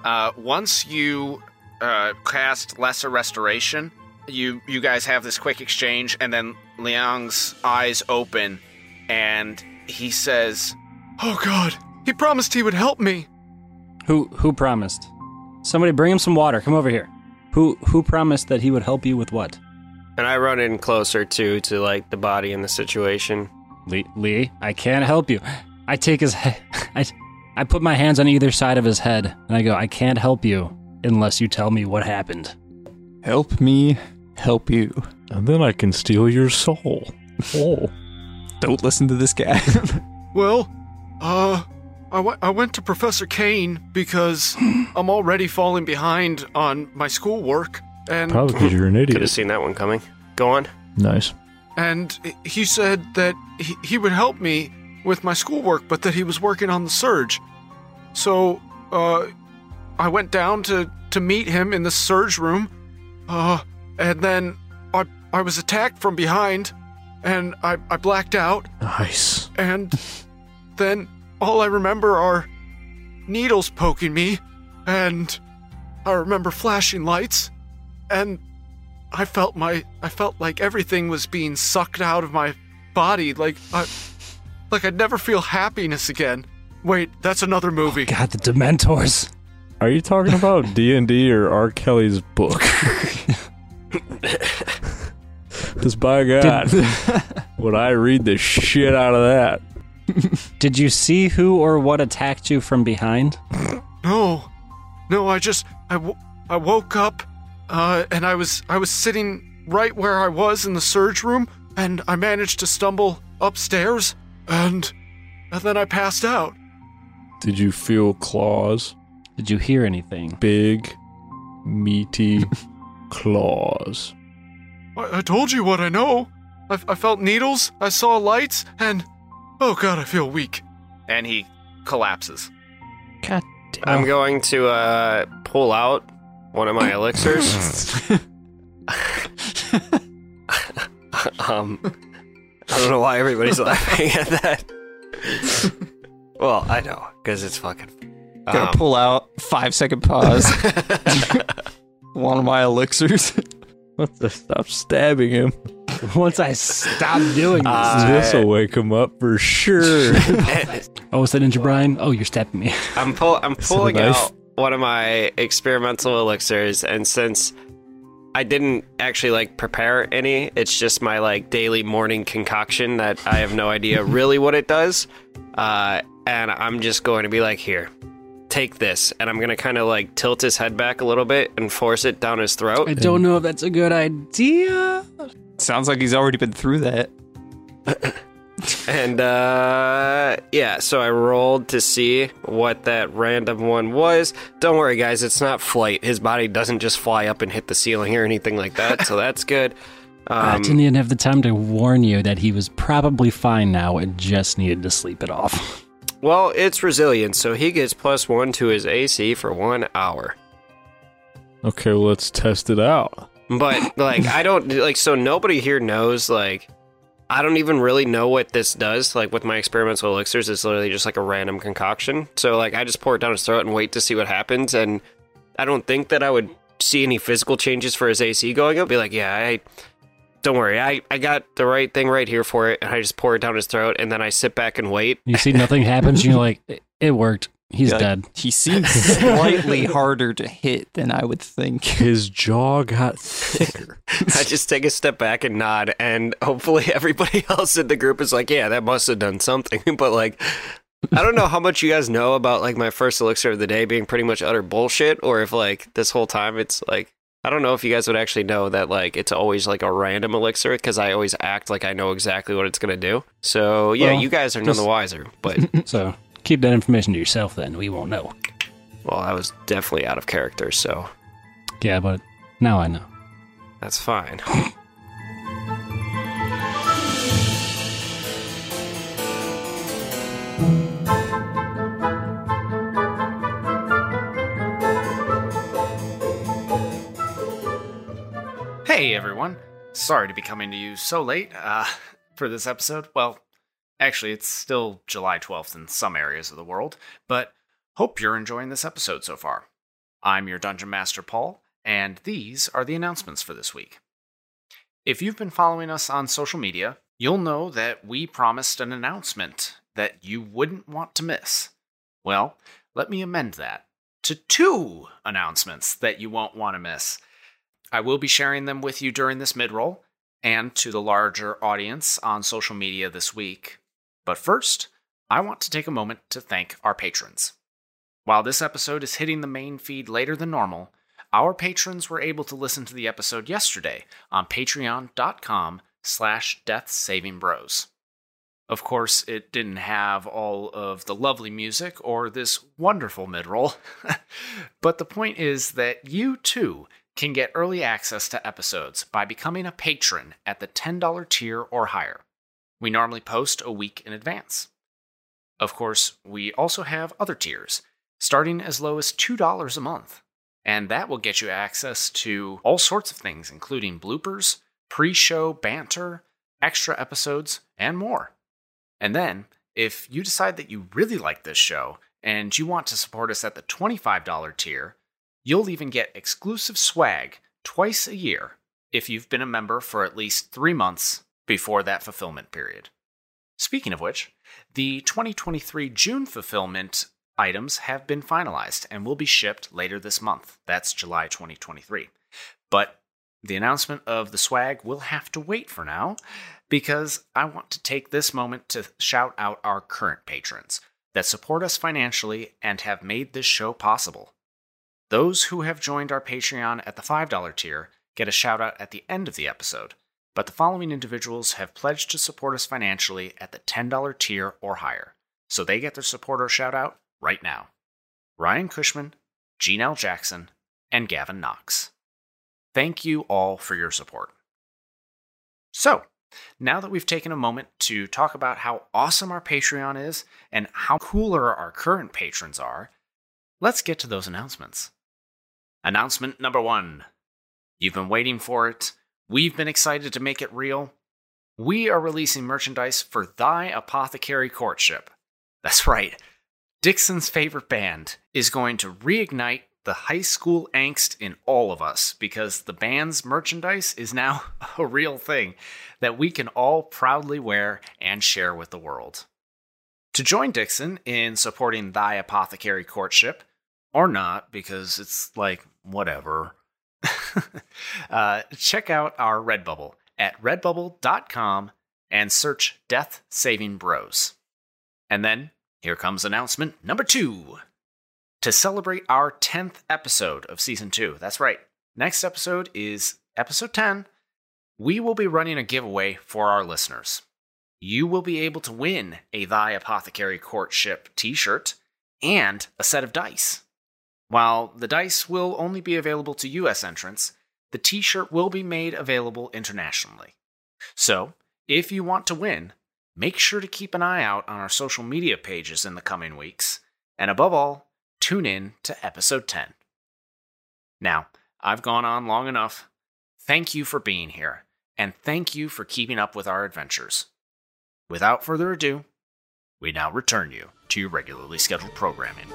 Speaker 1: Uh, once you uh, cast Lesser Restoration, you you guys have this quick exchange, and then Liang's eyes open, and he says,
Speaker 2: Oh god, he promised he would help me.
Speaker 6: Who who promised? Somebody bring him some water. Come over here. Who who promised that he would help you with what?
Speaker 8: And I run in closer, too, to like the body and the situation.
Speaker 6: Lee, Lee, I can't help you. I take his head. I I put my hands on either side of his head and I go, "I can't help you unless you tell me what happened."
Speaker 4: Help me, help you.
Speaker 5: And then I can steal your soul. Oh.
Speaker 4: Don't listen to this guy.
Speaker 2: Well, uh, I we- I went to Professor Kane because I'm already falling behind on my schoolwork, and
Speaker 7: Probably because you're an
Speaker 8: Could have
Speaker 7: idiot.
Speaker 8: seen that one coming. Go on.
Speaker 7: Nice.
Speaker 2: and he said that he, he would help me with my schoolwork, but that he was working on the surge. So, uh, I went down to to meet him in the surge room, uh, and then I I was attacked from behind, and I I blacked out,
Speaker 7: Nice.
Speaker 2: and then all I remember are needles poking me, and I remember flashing lights, and I felt my I felt like everything was being sucked out of my body. Like, I, like I'd never feel happiness again. Wait, that's another movie.
Speaker 6: God, the Dementors.
Speaker 7: Are you talking about D and D or R. Kelly's book? Because by God, would I read the shit out of that?
Speaker 6: Did you see who or what attacked you from behind?
Speaker 2: No, no. I just I, w- I woke up, uh, and I was I was sitting right where I was in the surge room, and I managed to stumble upstairs, and and then I passed out.
Speaker 7: Did you feel claws?
Speaker 6: Did you hear anything?
Speaker 7: Big, meaty claws.
Speaker 2: I, I told you what I know. I, I felt needles. I saw lights, and oh god, I feel weak.
Speaker 1: and he collapses.
Speaker 6: God
Speaker 8: I'm going to uh, pull out one of my elixirs. um, I don't know why everybody's laughing at that. well, I know because it's fucking.
Speaker 4: Gonna
Speaker 8: Um,
Speaker 4: pull out five second pause. One of my elixirs.
Speaker 7: What the? Stop stabbing him.
Speaker 6: Once I stop doing this.
Speaker 7: this will wake him up for sure.
Speaker 6: oh, is that Ninja Brian? Oh, you're stabbing me.
Speaker 8: I'm pull I'm pulling
Speaker 7: knife.
Speaker 8: out one of my experimental elixirs, and since I didn't actually like prepare any, it's just my like daily morning concoction that I have no idea really what it does. Uh, and I'm just going to be like, here, take this, and I'm gonna kind of like tilt his head back a little bit and force it down his throat.
Speaker 6: I don't know if that's a good idea.
Speaker 4: Sounds like he's already been through that.
Speaker 8: And uh yeah, so I rolled to see what that random one was. Don't worry guys, it's not flight. His body doesn't just fly up and hit the ceiling or anything like that, so that's good.
Speaker 6: I
Speaker 8: Um,
Speaker 6: didn't even have the time to warn you that he was probably fine now and just needed to sleep it off.
Speaker 8: well, it's resilient, so he gets plus one to his AC for one hour.
Speaker 7: okay, well, let's test it out.
Speaker 8: But like I don't like so nobody here knows like I don't even really know what this does. Like with my experimental elixirs, it's literally just like a random concoction. So like I just pour it down his throat and wait to see what happens. And I don't think that I would see any physical changes for his AC going up. Be like, yeah, I don't worry, I I got the right thing right here for it. And I just pour it down his throat, and then I sit back and wait.
Speaker 6: You see, nothing happens, and you're like, "It- it worked. He's
Speaker 4: Like,
Speaker 6: dead.
Speaker 4: He seems slightly harder to hit than I would think.
Speaker 7: His jaw got thicker.
Speaker 8: I just take a step back and nod, and hopefully everybody else in the group is like, "Yeah, that must have done something." But like, I don't know how much you guys know about like my first elixir of the day being pretty much utter bullshit, or if like this whole time it's like I don't know if you guys would actually know that like it's always like a random elixir because I always act like I know exactly what it's gonna do. So yeah,
Speaker 6: Well,
Speaker 8: you guys are none the
Speaker 6: just-
Speaker 8: wiser. But
Speaker 6: So keep that information to yourself then. We won't know.
Speaker 8: well, I was definitely out of character, so
Speaker 6: Yeah, but now I know.
Speaker 8: that's fine.
Speaker 1: Hey everyone, sorry to be coming to you so late uh, for this episode. Well, actually, it's still July 12th in some areas of the world, but hope you're enjoying this episode so far. I'm your Dungeon Master Paul, and these are the announcements for this week. If you've been following us on social media, you'll know that we promised an announcement that you wouldn't want to miss. Well, let me amend that to two announcements that you won't want to miss. I will be sharing them with you during this mid roll and to the larger audience on social media this week. But first, I want to take a moment to thank our patrons. While this episode is hitting the main feed later than normal, our patrons were able to listen to the episode yesterday on patreon.com slash death saving bros. Of course, it didn't have all of the lovely music or this wonderful mid roll, but the point is that you too can get early access to episodes by becoming a patron at the $10 tier or higher. We normally post a week in advance. Of course, we also have other tiers, starting as low as $2 a month, and that will get you access to all sorts of things, including bloopers, pre show banter, extra episodes, and more. And then, if you decide that you really like this show and you want to support us at the $25 tier, you'll even get exclusive swag twice a year if you've been a member for at least three months before that fulfillment period. Speaking of which, the 2023 June fulfillment items have been finalized and will be shipped later this month. That's July 2023. But the announcement of the swag will have to wait for now because I want to take this moment to shout out our current patrons that support us financially and have made this show possible. Those who have joined our Patreon at the $5 tier get a shout out at the end of the episode, but the following individuals have pledged to support us financially at the $10 tier or higher, so they get their supporter shout out right now Ryan Cushman, Gene L. Jackson, and Gavin Knox. Thank you all for your support. So, now that we've taken a moment to talk about how awesome our Patreon is and how cooler our current patrons are, let's get to those announcements. Announcement number one You've been waiting for it. We've been excited to make it real. We are releasing merchandise for Thy Apothecary Courtship. That's right. Dixon's favorite band is going to reignite the high school angst in all of us because the band's merchandise is now a real thing that we can all proudly wear and share with the world. To join Dixon in supporting Thy Apothecary Courtship, or not, because it's like, whatever, uh, check out our Redbubble at redbubble.com and search Death Saving Bros. And then here comes announcement number two to celebrate our 10th episode of season two. That's right. Next episode is episode 10. We will be running a giveaway for our listeners. You will be able to win a Thy Apothecary Courtship t shirt and a set of dice. While the dice will only be available to US entrants, the t shirt will be made available internationally. So, if you want to win, make sure to keep an eye out on our social media pages in the coming weeks. And above all, tune in to episode 10. Now, I've gone on long enough. Thank you for being here, and thank you for keeping up with our adventures. Without further ado, we now return you to your regularly scheduled programming.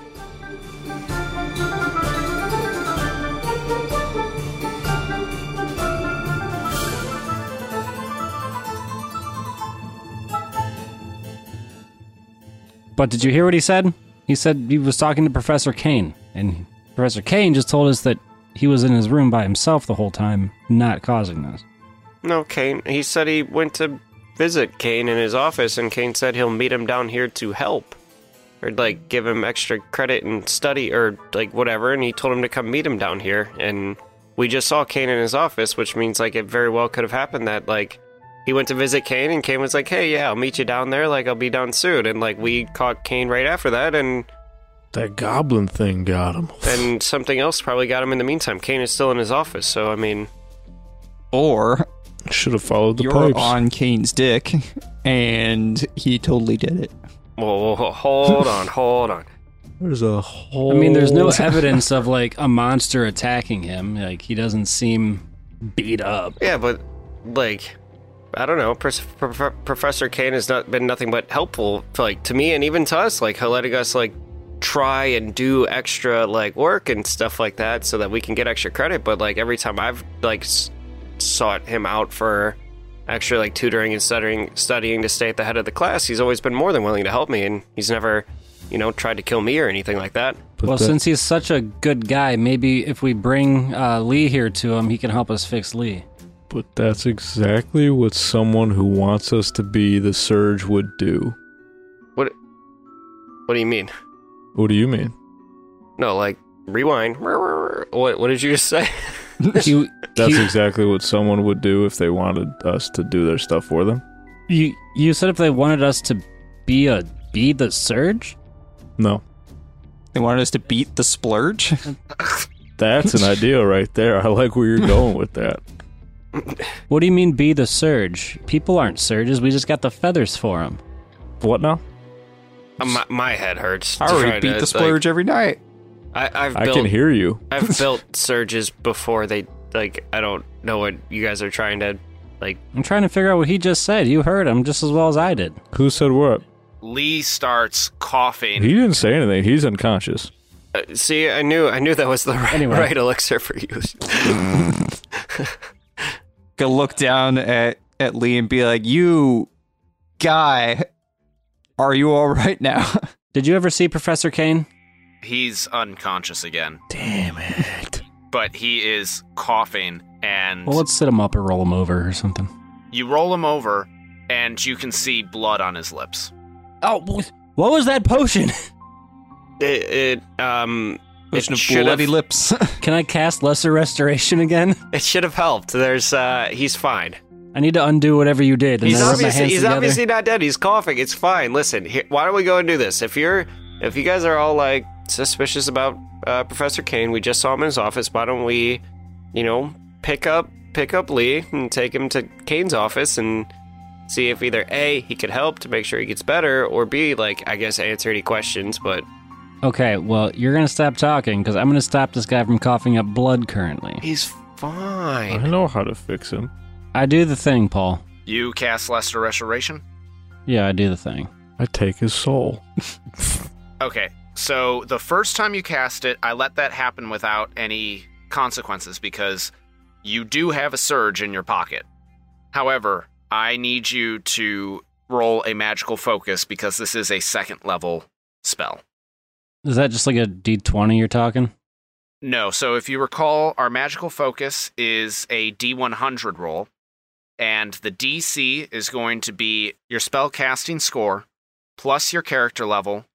Speaker 6: But did you hear what he said? He said he was talking to Professor Kane, and Professor Kane just told us that he was in his room by himself the whole time, not causing this.
Speaker 8: No, Kane. He said he went to visit Kane in his office, and Kane said he'll meet him down here to help. Or, like, give him extra credit and study, or, like, whatever. And he told him to come meet him down here. And we just saw Kane in his office, which means, like, it very well could have happened that, like, he went to visit Kane, and Kane was like, hey, yeah, I'll meet you down there. Like, I'll be down soon. And, like, we caught Kane right after that, and
Speaker 7: That goblin thing got him.
Speaker 8: then something else probably got him in the meantime. Kane is still in his office, so, I mean,
Speaker 4: Or
Speaker 7: Should have followed the
Speaker 4: you're
Speaker 7: pipes.
Speaker 4: on Kane's dick, and he totally did it.
Speaker 8: whoa, whoa, whoa, hold on, hold on.
Speaker 7: There's a whole.
Speaker 6: I mean, there's
Speaker 7: Oh.
Speaker 6: no evidence of like a monster attacking him. Like he doesn't seem beat up.
Speaker 8: Yeah, but like, I don't know. Pres- Prof- Professor Kane has not been nothing but helpful, to, like to me and even to us, like letting us like try and do extra like work and stuff like that, so that we can get extra credit. But like every time I've like s- sought him out for extra like tutoring and studying, studying to stay at the head of the class, he's always been more than willing to help me, and he's never, you know, tried to kill me or anything like that.
Speaker 7: But
Speaker 6: well,
Speaker 7: that-
Speaker 6: since he's such a good guy, maybe if we bring uh, Lee here to him, he can help us fix Lee.
Speaker 7: But that's exactly what someone who wants us to be the Surge would do.
Speaker 8: What? What do you mean?
Speaker 7: What do you mean?
Speaker 8: No, like rewind. What? What did you just say?
Speaker 6: You,
Speaker 7: That's
Speaker 6: you,
Speaker 7: exactly what someone would do if they wanted us to do their stuff for them.
Speaker 6: you, you said if they wanted us to be a be the surge,
Speaker 7: No.
Speaker 4: They wanted us to beat the splurge.
Speaker 7: That's an idea right there. I like where you're going with that.
Speaker 6: what do you mean be the surge? People aren't surges. We just got the feathers for them.
Speaker 7: What now?
Speaker 8: Uh, My, my head hurts.
Speaker 4: I
Speaker 8: Trying
Speaker 4: already
Speaker 8: to,
Speaker 4: beat the
Speaker 8: like-
Speaker 4: splurge every night.
Speaker 8: I, I've
Speaker 7: I
Speaker 8: built.
Speaker 7: can hear you.
Speaker 8: I've built surges before they like. I don't know what you guys are trying to like.
Speaker 6: I'm trying to figure out what he just said. You heard him just as well as I did.
Speaker 7: Who said what?
Speaker 1: Lee starts
Speaker 7: He
Speaker 1: coughing.
Speaker 7: didn't say anything. He's unconscious.
Speaker 8: Uh, see, I knew. I knew that was the right,
Speaker 6: Anyway.
Speaker 8: right elixir for you.
Speaker 4: Go look down at at Lee and be like, "You guy, are you all right now?"
Speaker 6: Did you ever see Professor Kane?
Speaker 1: He's unconscious again,
Speaker 7: Damn it. Oh,
Speaker 1: but he is coughing and
Speaker 6: Well, let's sit him up or roll him over or something.
Speaker 1: you roll him over and you can see blood on his lips.
Speaker 6: Oh, what was that potion?
Speaker 3: It, it um
Speaker 4: Potion
Speaker 3: it
Speaker 4: of
Speaker 3: should
Speaker 4: bloody
Speaker 3: have
Speaker 4: lips.
Speaker 6: Can I cast Lesser Restoration again?
Speaker 3: it should have helped. There's uh he's fine.
Speaker 6: I need to undo whatever you did. And
Speaker 3: He's
Speaker 6: then rub my
Speaker 3: obviously
Speaker 6: hands
Speaker 3: he's
Speaker 6: together.
Speaker 3: obviously not dead. He's coughing. It's fine. Listen, here, why don't we go and do this? If you're if you guys are all like suspicious about uh, Professor Kane, we just saw him in his office. Why don't we, you know, pick up pick up Lee and take him to Kane's office and see if either a he could help to make sure he gets better, or b like I guess answer any questions. But
Speaker 6: Okay, well, you're going to stop talking because I'm going to stop this guy from coughing up blood currently.
Speaker 3: he's fine.
Speaker 7: I know how to fix him.
Speaker 6: I do the thing, Paul.
Speaker 1: You cast Lesser Restoration.
Speaker 6: Yeah, I do the thing.
Speaker 7: I take his soul.
Speaker 1: Okay, so the first time you cast it, I let that happen without any consequences because you do have a surge in your pocket. However, I need you to roll a magical focus because this is a second level spell.
Speaker 6: Is that just like a D20 you're talking?
Speaker 1: No, so if you recall, our magical focus is a D100 roll, and the DC is going to be your spell casting score plus your character level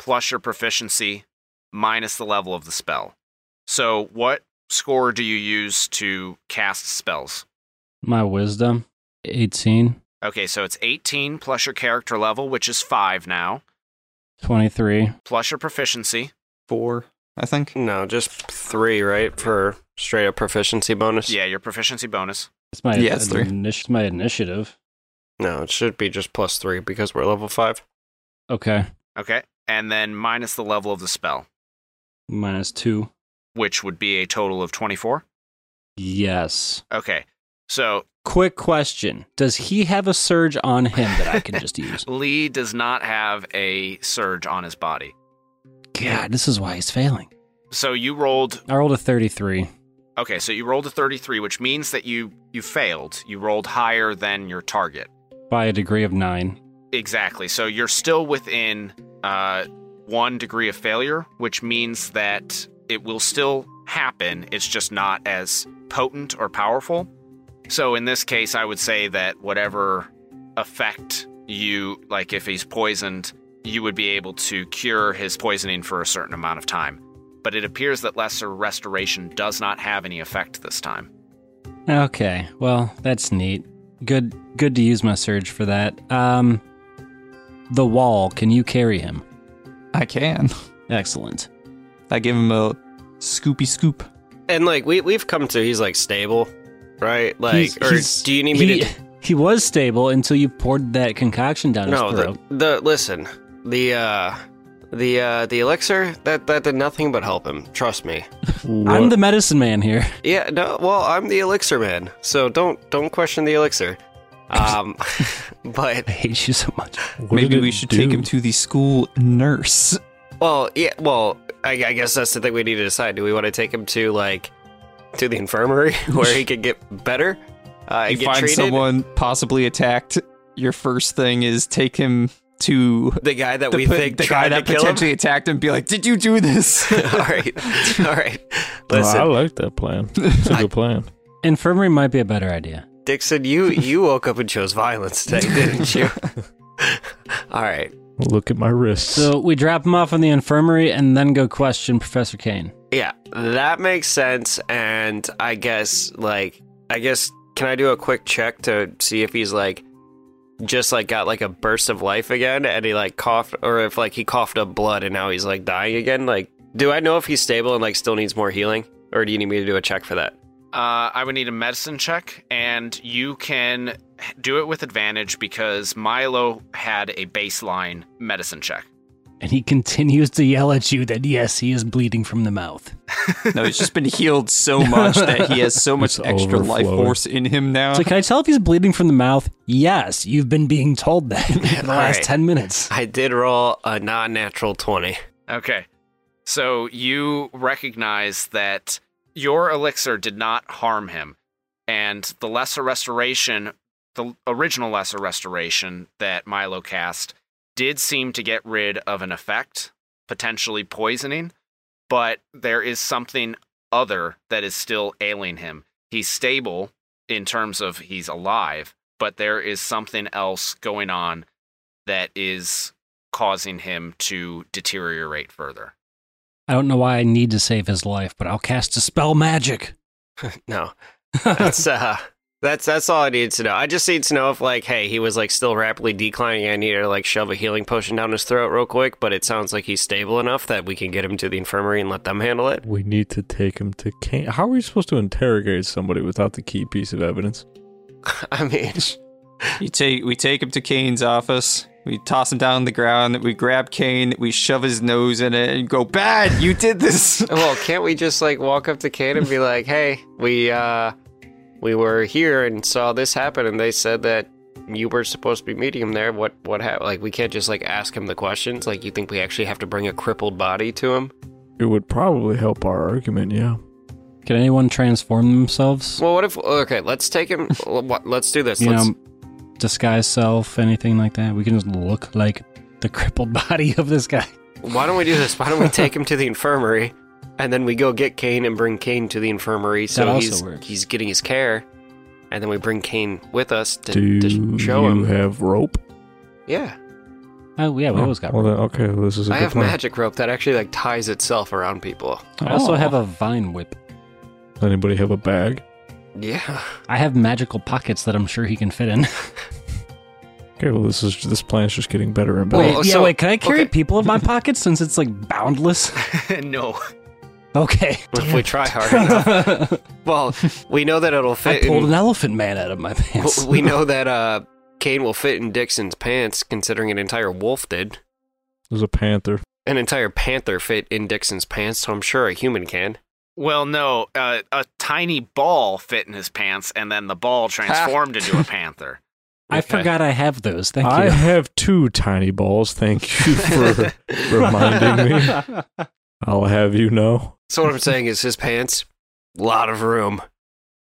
Speaker 1: plus your proficiency minus the level of the spell. So, what score do you use to cast spells?
Speaker 6: My wisdom? 18,
Speaker 1: Okay, so it's 18 plus your character level, which is 5 now,
Speaker 6: 23.
Speaker 1: plus your proficiency.
Speaker 4: Four, I think.
Speaker 3: No, just three, right? For straight up proficiency bonus.
Speaker 1: Yeah, your proficiency bonus.
Speaker 6: It's my,
Speaker 4: Yeah, it's three.
Speaker 6: initi- it's my initiative.
Speaker 3: No, it should be just plus three because we're level five.
Speaker 6: Okay,
Speaker 1: Okay, and then minus the level of the spell,
Speaker 6: minus two.
Speaker 1: which would be a total of 24.
Speaker 6: Yes.
Speaker 1: Okay. So
Speaker 6: Quick question Does he have a surge on him that I can just use?
Speaker 1: Lee does not have a surge on his body.
Speaker 6: God, this is why he's failing.
Speaker 1: So you rolled
Speaker 6: I rolled a 33.
Speaker 1: okay, so you rolled a 33, which means that you you failed. You rolled higher than your target.
Speaker 6: by a degree of nine.
Speaker 1: Exactly. So you're still within uh, one degree of failure, which means that it will still happen. It's just not as potent or powerful. So in this case, I would say that whatever effect you, like if he's poisoned, you would be able to cure his poisoning for a certain amount of time. But it appears that Lesser Restoration does not have any effect this time.
Speaker 6: Okay, well that's neat. Good, good to use my surge for that. Um, the wall. Can you carry him?
Speaker 4: I can.
Speaker 6: Excellent.
Speaker 4: I give him a scoopy scoop.
Speaker 3: And like we we've come to, he's like stable, right? Like,
Speaker 6: He's-
Speaker 3: or
Speaker 6: he's-
Speaker 3: do you need me
Speaker 6: he,
Speaker 3: to?
Speaker 6: He was stable until you poured that concoction down
Speaker 3: No,
Speaker 6: his
Speaker 3: the,
Speaker 6: throat.
Speaker 3: the listen, the uh, the uh, the elixir that that did nothing but help him. Trust me.
Speaker 6: I'm the medicine man here.
Speaker 3: Yeah, no, well, I'm the elixir man, so don't don't question the elixir. Um, but
Speaker 6: I hate you so much.
Speaker 7: What
Speaker 4: Maybe
Speaker 7: did
Speaker 4: we
Speaker 7: it
Speaker 4: should
Speaker 7: do?
Speaker 4: take him to the school nurse.
Speaker 3: well, yeah, well, I, I guess that's the thing we need to decide. Do we want to take him to like to the infirmary where he could get better uh, and
Speaker 4: you
Speaker 3: get
Speaker 4: find
Speaker 3: treated?
Speaker 4: someone possibly attacked. Your first thing is take him to
Speaker 3: the guy that
Speaker 4: the,
Speaker 3: we
Speaker 4: put-
Speaker 3: think
Speaker 4: the guy
Speaker 3: tried
Speaker 4: that
Speaker 3: to kill him.
Speaker 4: potentially attacked him. Be like, did you do this?
Speaker 3: all right, all right. Listen,
Speaker 7: I like that plan. It's a good plan.
Speaker 6: Infirmary might be a better idea.
Speaker 3: Dixon, you you woke up and chose violence today, didn't you? All right.
Speaker 7: Look at my wrists.
Speaker 6: So we drop him off in the infirmary and then go question Professor Kane.
Speaker 3: Yeah, that makes sense. And I guess like I guess can I do a quick check to see if he's like just like got like a burst of life again and he like coughed or if like he coughed up blood and now he's like dying again? Like do I know if he's stable and like still needs more healing? Or do you need me to do a check for that?
Speaker 1: Uh, I would need a medicine check, and you can do it with advantage because Milo had a baseline medicine check.
Speaker 6: And he continues to yell at you that yes, he is bleeding from the mouth.
Speaker 4: no, he's just been healed so much that he has so much
Speaker 7: It's
Speaker 4: extra life
Speaker 7: overflowing.
Speaker 4: force in him now.
Speaker 6: It's like, can I tell if he's bleeding from the mouth? Yes, you've been being told that for the last
Speaker 3: right.
Speaker 6: 10 minutes.
Speaker 3: I did roll a non natural twenty.
Speaker 1: Okay. So you recognize that your elixir did not harm him, and the lesser restoration the original Lesser Restoration that Milo cast did seem to get rid of an effect, potentially poisoning, but there is something other that is still ailing him. He's stable in terms of he's alive, but there is something else going on that is causing him to deteriorate further.
Speaker 6: I don't know why I need to save his life, but I'll cast a spell magic.
Speaker 8: No, that's uh, that's that's all I need to know. I just need to know if like, hey, he was like still rapidly declining. I need to like shove a healing potion down his throat real quick. But it sounds like he's stable enough that we can get him to the infirmary and let them handle it.
Speaker 7: We need to take him to Cain. How are we supposed to interrogate somebody without the key piece of evidence?
Speaker 8: I mean,
Speaker 4: You take we take him to Kane's office. We toss him down on the ground. We grab Kane. We shove his nose in it and go, "Bad, you did this."
Speaker 8: well, can't we just like walk up to Kate and be like, hey, we uh, we were here and saw this happen, and they said that you were supposed to be meeting him there. What what happened? Like, we can't just like ask him the questions. Like, you think we actually have to bring a crippled body to him?
Speaker 7: It would probably help our argument, yeah.
Speaker 6: Can anyone transform themselves?
Speaker 8: Well, what if? Okay, let's take him. what- let's do this.
Speaker 6: you
Speaker 8: Let's,
Speaker 6: know, disguise self, anything like that. We can just look like the crippled body of this guy.
Speaker 8: Why don't we do this? Why don't we take him to the infirmary, and then we go get Kane and bring Kane to the infirmary
Speaker 6: That
Speaker 8: so
Speaker 6: also
Speaker 8: he's
Speaker 6: works.
Speaker 8: he's getting his care, and then we bring Kane with us to,
Speaker 7: Do
Speaker 8: to show
Speaker 7: you
Speaker 8: him.
Speaker 7: have rope?
Speaker 8: yeah,
Speaker 6: Oh yeah, we always got.
Speaker 7: well, then, okay, this is a
Speaker 8: I
Speaker 7: good
Speaker 8: have
Speaker 7: plan.
Speaker 8: magic rope that actually like ties itself around people.
Speaker 6: I also
Speaker 4: Oh.
Speaker 6: have a vine whip.
Speaker 7: Anybody have a bag?
Speaker 8: Yeah,
Speaker 6: I have magical pockets that I'm sure he can fit in.
Speaker 7: Okay, well, this is this plan's just getting better and better. Oh,
Speaker 8: Well,
Speaker 6: wait, yeah,
Speaker 8: so-
Speaker 6: wait. Can I carry
Speaker 8: okay.
Speaker 6: people in my pockets since it's like boundless?
Speaker 1: no.
Speaker 6: Okay.
Speaker 8: if we try hard enough. Well, we know that it'll
Speaker 6: I
Speaker 8: fit.
Speaker 6: pulled an
Speaker 8: In,
Speaker 6: elephant man out of my pants.
Speaker 8: we know that uh, Kane will fit in Dixon's pants, considering an entire wolf did.
Speaker 7: There's a panther.
Speaker 8: An entire panther fit in Dixon's pants, so I'm sure a human can.
Speaker 1: Well, no. Uh, a tiny ball fit in his pants, and then the ball transformed into a panther.
Speaker 6: I forgot I have those. Thank
Speaker 7: I
Speaker 6: you.
Speaker 7: have two tiny balls. Thank you for reminding me. I'll have you know.
Speaker 8: So what I'm saying is his pants, lot of room.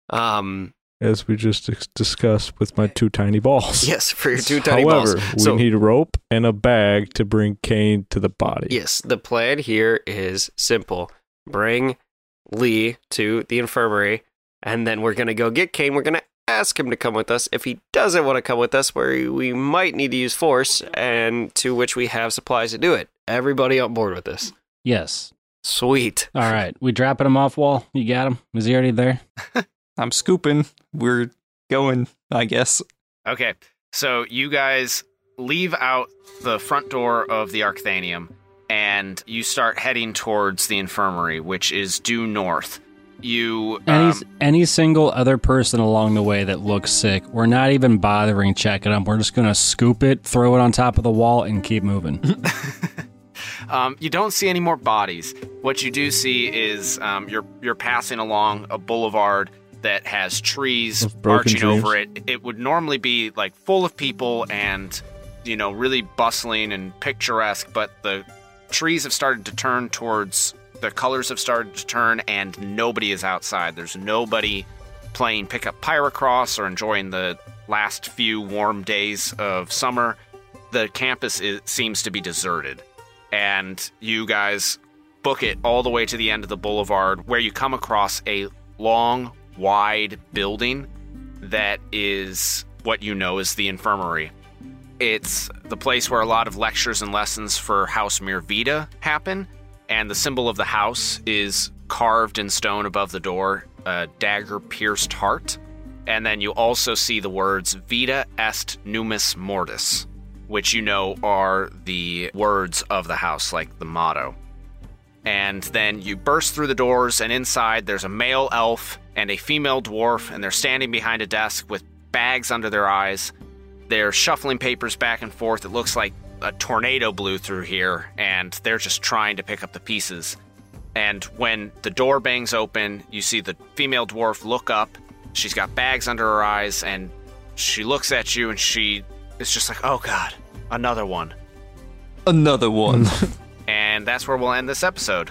Speaker 8: Um,
Speaker 7: As we just ex- discussed with my two tiny balls.
Speaker 8: yes, for your two tiny
Speaker 7: However,
Speaker 8: balls.
Speaker 7: we
Speaker 8: So
Speaker 7: need rope and a bag to bring Kane to the body.
Speaker 8: yes, the plan here is simple: bring Lee to the infirmary, and then we're gonna go get Kane. We're gonna ask him to come with us. If he doesn't want to come with us, where we might need to use force, and to which we have supplies to do it. Everybody on board with this?
Speaker 6: yes.
Speaker 8: Sweet.
Speaker 6: All right. We dropping him off wall. You got him. Is he already there?
Speaker 4: I'm scooping. We're going, I guess.
Speaker 1: Okay, so you guys leave out the front door of the Arcthanium and you start heading towards the infirmary, which is due north. You.
Speaker 6: Any
Speaker 1: um,
Speaker 6: any single other person along the way that looks sick, we're not even bothering checking them. We're just gonna scoop it, throw it on top of the wall, and keep moving.
Speaker 1: Um, you don't see any more bodies. What you do see is um, you're you're passing along a boulevard that has trees
Speaker 7: Of broken
Speaker 1: arching
Speaker 7: trees.
Speaker 1: over it. It would normally be like full of people and you know really bustling and picturesque, but the trees have started to turn towards the colors have started to turn, and nobody is outside. There's nobody playing pickup pyrocross or enjoying the last few warm days of summer. The campus is, seems to be deserted and you guys book it all the way to the end of the boulevard where you come across a long, wide building that is what you know is the infirmary. It's the place where a lot of lectures and lessons for House Mirvita happen, and the symbol of the house is carved in stone above the door, a dagger pierced heart. And then you also see the words Vita est numis mortis, which you know are the words of the house, like the motto. And then you burst through the doors, and inside there's a male elf and a female dwarf, and they're standing behind a desk with bags under their eyes. They're shuffling papers back and forth. It looks like a tornado blew through here, and they're just trying to pick up the pieces. And when the door bangs open, you see the female dwarf look up. She's got bags under her eyes, and she looks at you, and she is just like, oh god, another one.
Speaker 4: Another one.
Speaker 1: And that's where we'll end this episode.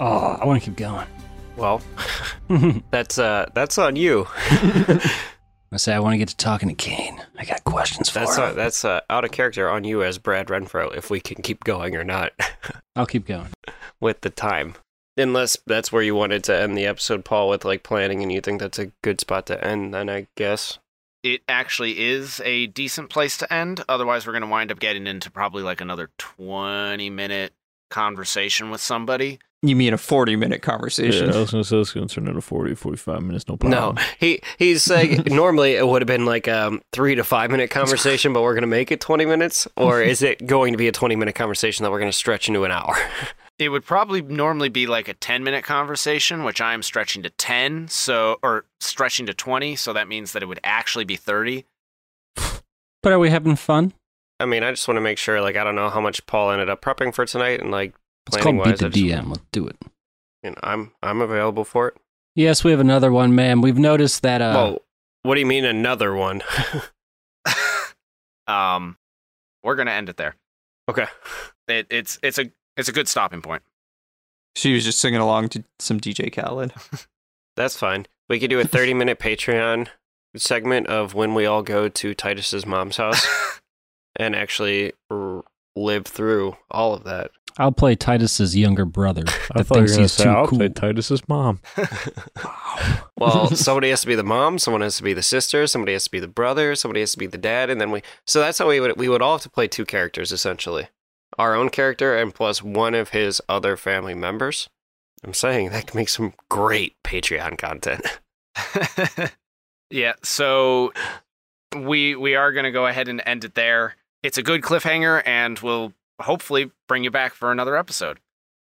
Speaker 6: oh, I want to keep going.
Speaker 8: Well, that's uh, that's on you.
Speaker 6: I say, I want to get to talking to Kane. I got questions for
Speaker 8: That's
Speaker 6: him.
Speaker 8: uh, that's uh, out of character on you as Brad Renfro if we can keep going or not
Speaker 6: I'll keep going.
Speaker 8: with the time. Unless that's where you wanted to end the episode, Paul, with like planning, and you think that's a good spot to end, then I guess.
Speaker 1: It actually is a decent place to end. Otherwise, we're going to wind up getting into probably like another 20 minute conversation with somebody.
Speaker 4: You mean a 40 minute
Speaker 7: Yeah,
Speaker 4: conversation?
Speaker 7: I was gonna say it's gonna turn into 40, 45 minutes, no
Speaker 8: No,
Speaker 7: problem.
Speaker 8: he he's saying normally it would have been like a three to five minute conversation, but we're gonna make it twenty minutes, or is it going to be a twenty minute conversation that we're gonna stretch into an hour?
Speaker 1: It would probably normally be like a 10 minute conversation, which I am stretching to 10, so, or stretching to 20. So that means that it would actually be 30.
Speaker 6: But are we having fun?
Speaker 8: I mean, I just want to make sure, like, I don't know how much Paul ended up prepping for tonight, and like
Speaker 6: It's
Speaker 8: planning
Speaker 6: called Beat
Speaker 8: wise,
Speaker 6: the
Speaker 8: I just-
Speaker 6: DM. Let's do it.
Speaker 8: you know, I'm I'm available for it.
Speaker 6: Yes, we have another one, ma'am. We've noticed that. Uh,
Speaker 8: well, what do you mean another one?
Speaker 1: um, we're going to end it there.
Speaker 8: okay.
Speaker 1: It, it's, it's a, it's a good stopping point.
Speaker 4: She was just singing along to some DJ Khaled.
Speaker 8: That's fine. We could do a 30 minute Patreon segment of when we all go to Titus's mom's house and actually r- live through all of that.
Speaker 6: I'll play Titus's younger brother
Speaker 7: I
Speaker 6: that
Speaker 7: thought you were
Speaker 6: thinks
Speaker 7: gonna
Speaker 6: he's
Speaker 7: say
Speaker 6: too
Speaker 7: I'll play
Speaker 6: cool.
Speaker 7: Titus's mom.
Speaker 8: Well, somebody has to be the mom, someone has to be the sister, somebody has to be the brother, somebody has to be the dad, and then we. So that's how we would we would all have to play two characters essentially, our own character and plus one of his other family members. I'm saying that can make some great Patreon content.
Speaker 1: yeah, so we we are going to go ahead and end it there. It's a good cliffhanger and we'll hopefully bring you back for another episode.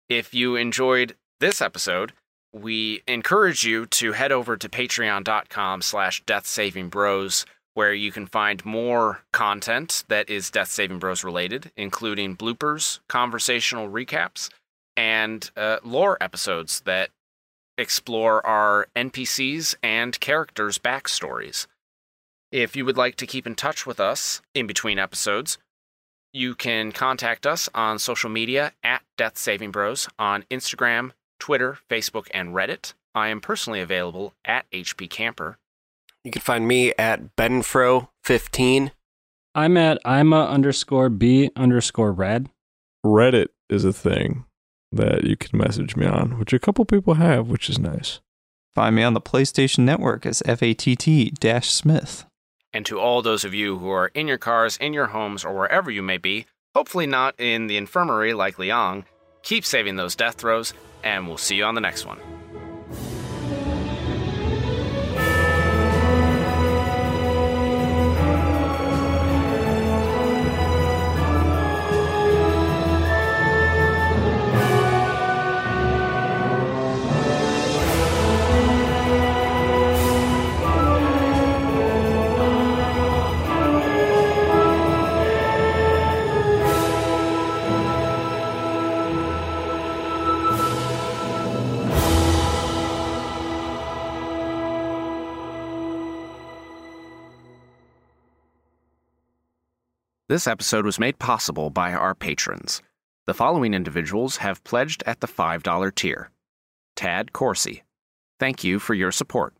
Speaker 1: If you enjoyed this episode, we encourage you to head over to patreon.com slash death saving bros where you can find more content that is death saving bros related including bloopers conversational recaps and uh, lore episodes that explore our NPCs and characters' backstories. If you would like to keep in touch with us in between episodes, you can contact us on social media at Death Saving Bros on Instagram, Twitter, Facebook, and Reddit. I am personally available at HP Camper.
Speaker 8: You can find me at Benfro15.
Speaker 6: I'm at Ima underscore B underscore rad.
Speaker 7: Reddit is a thing that you can message me on, which a couple people have, which is nice.
Speaker 4: Find me on the PlayStation Network as FATT dash Smith.
Speaker 1: And to all those of you who are in your cars, in your homes, or wherever you may be, hopefully not in the infirmary like Liang, keep saving those death throws, and we'll see you on the next one. This episode was made possible by our patrons. The following individuals have pledged at the $5 tier Tad Corsi. Thank you for your support.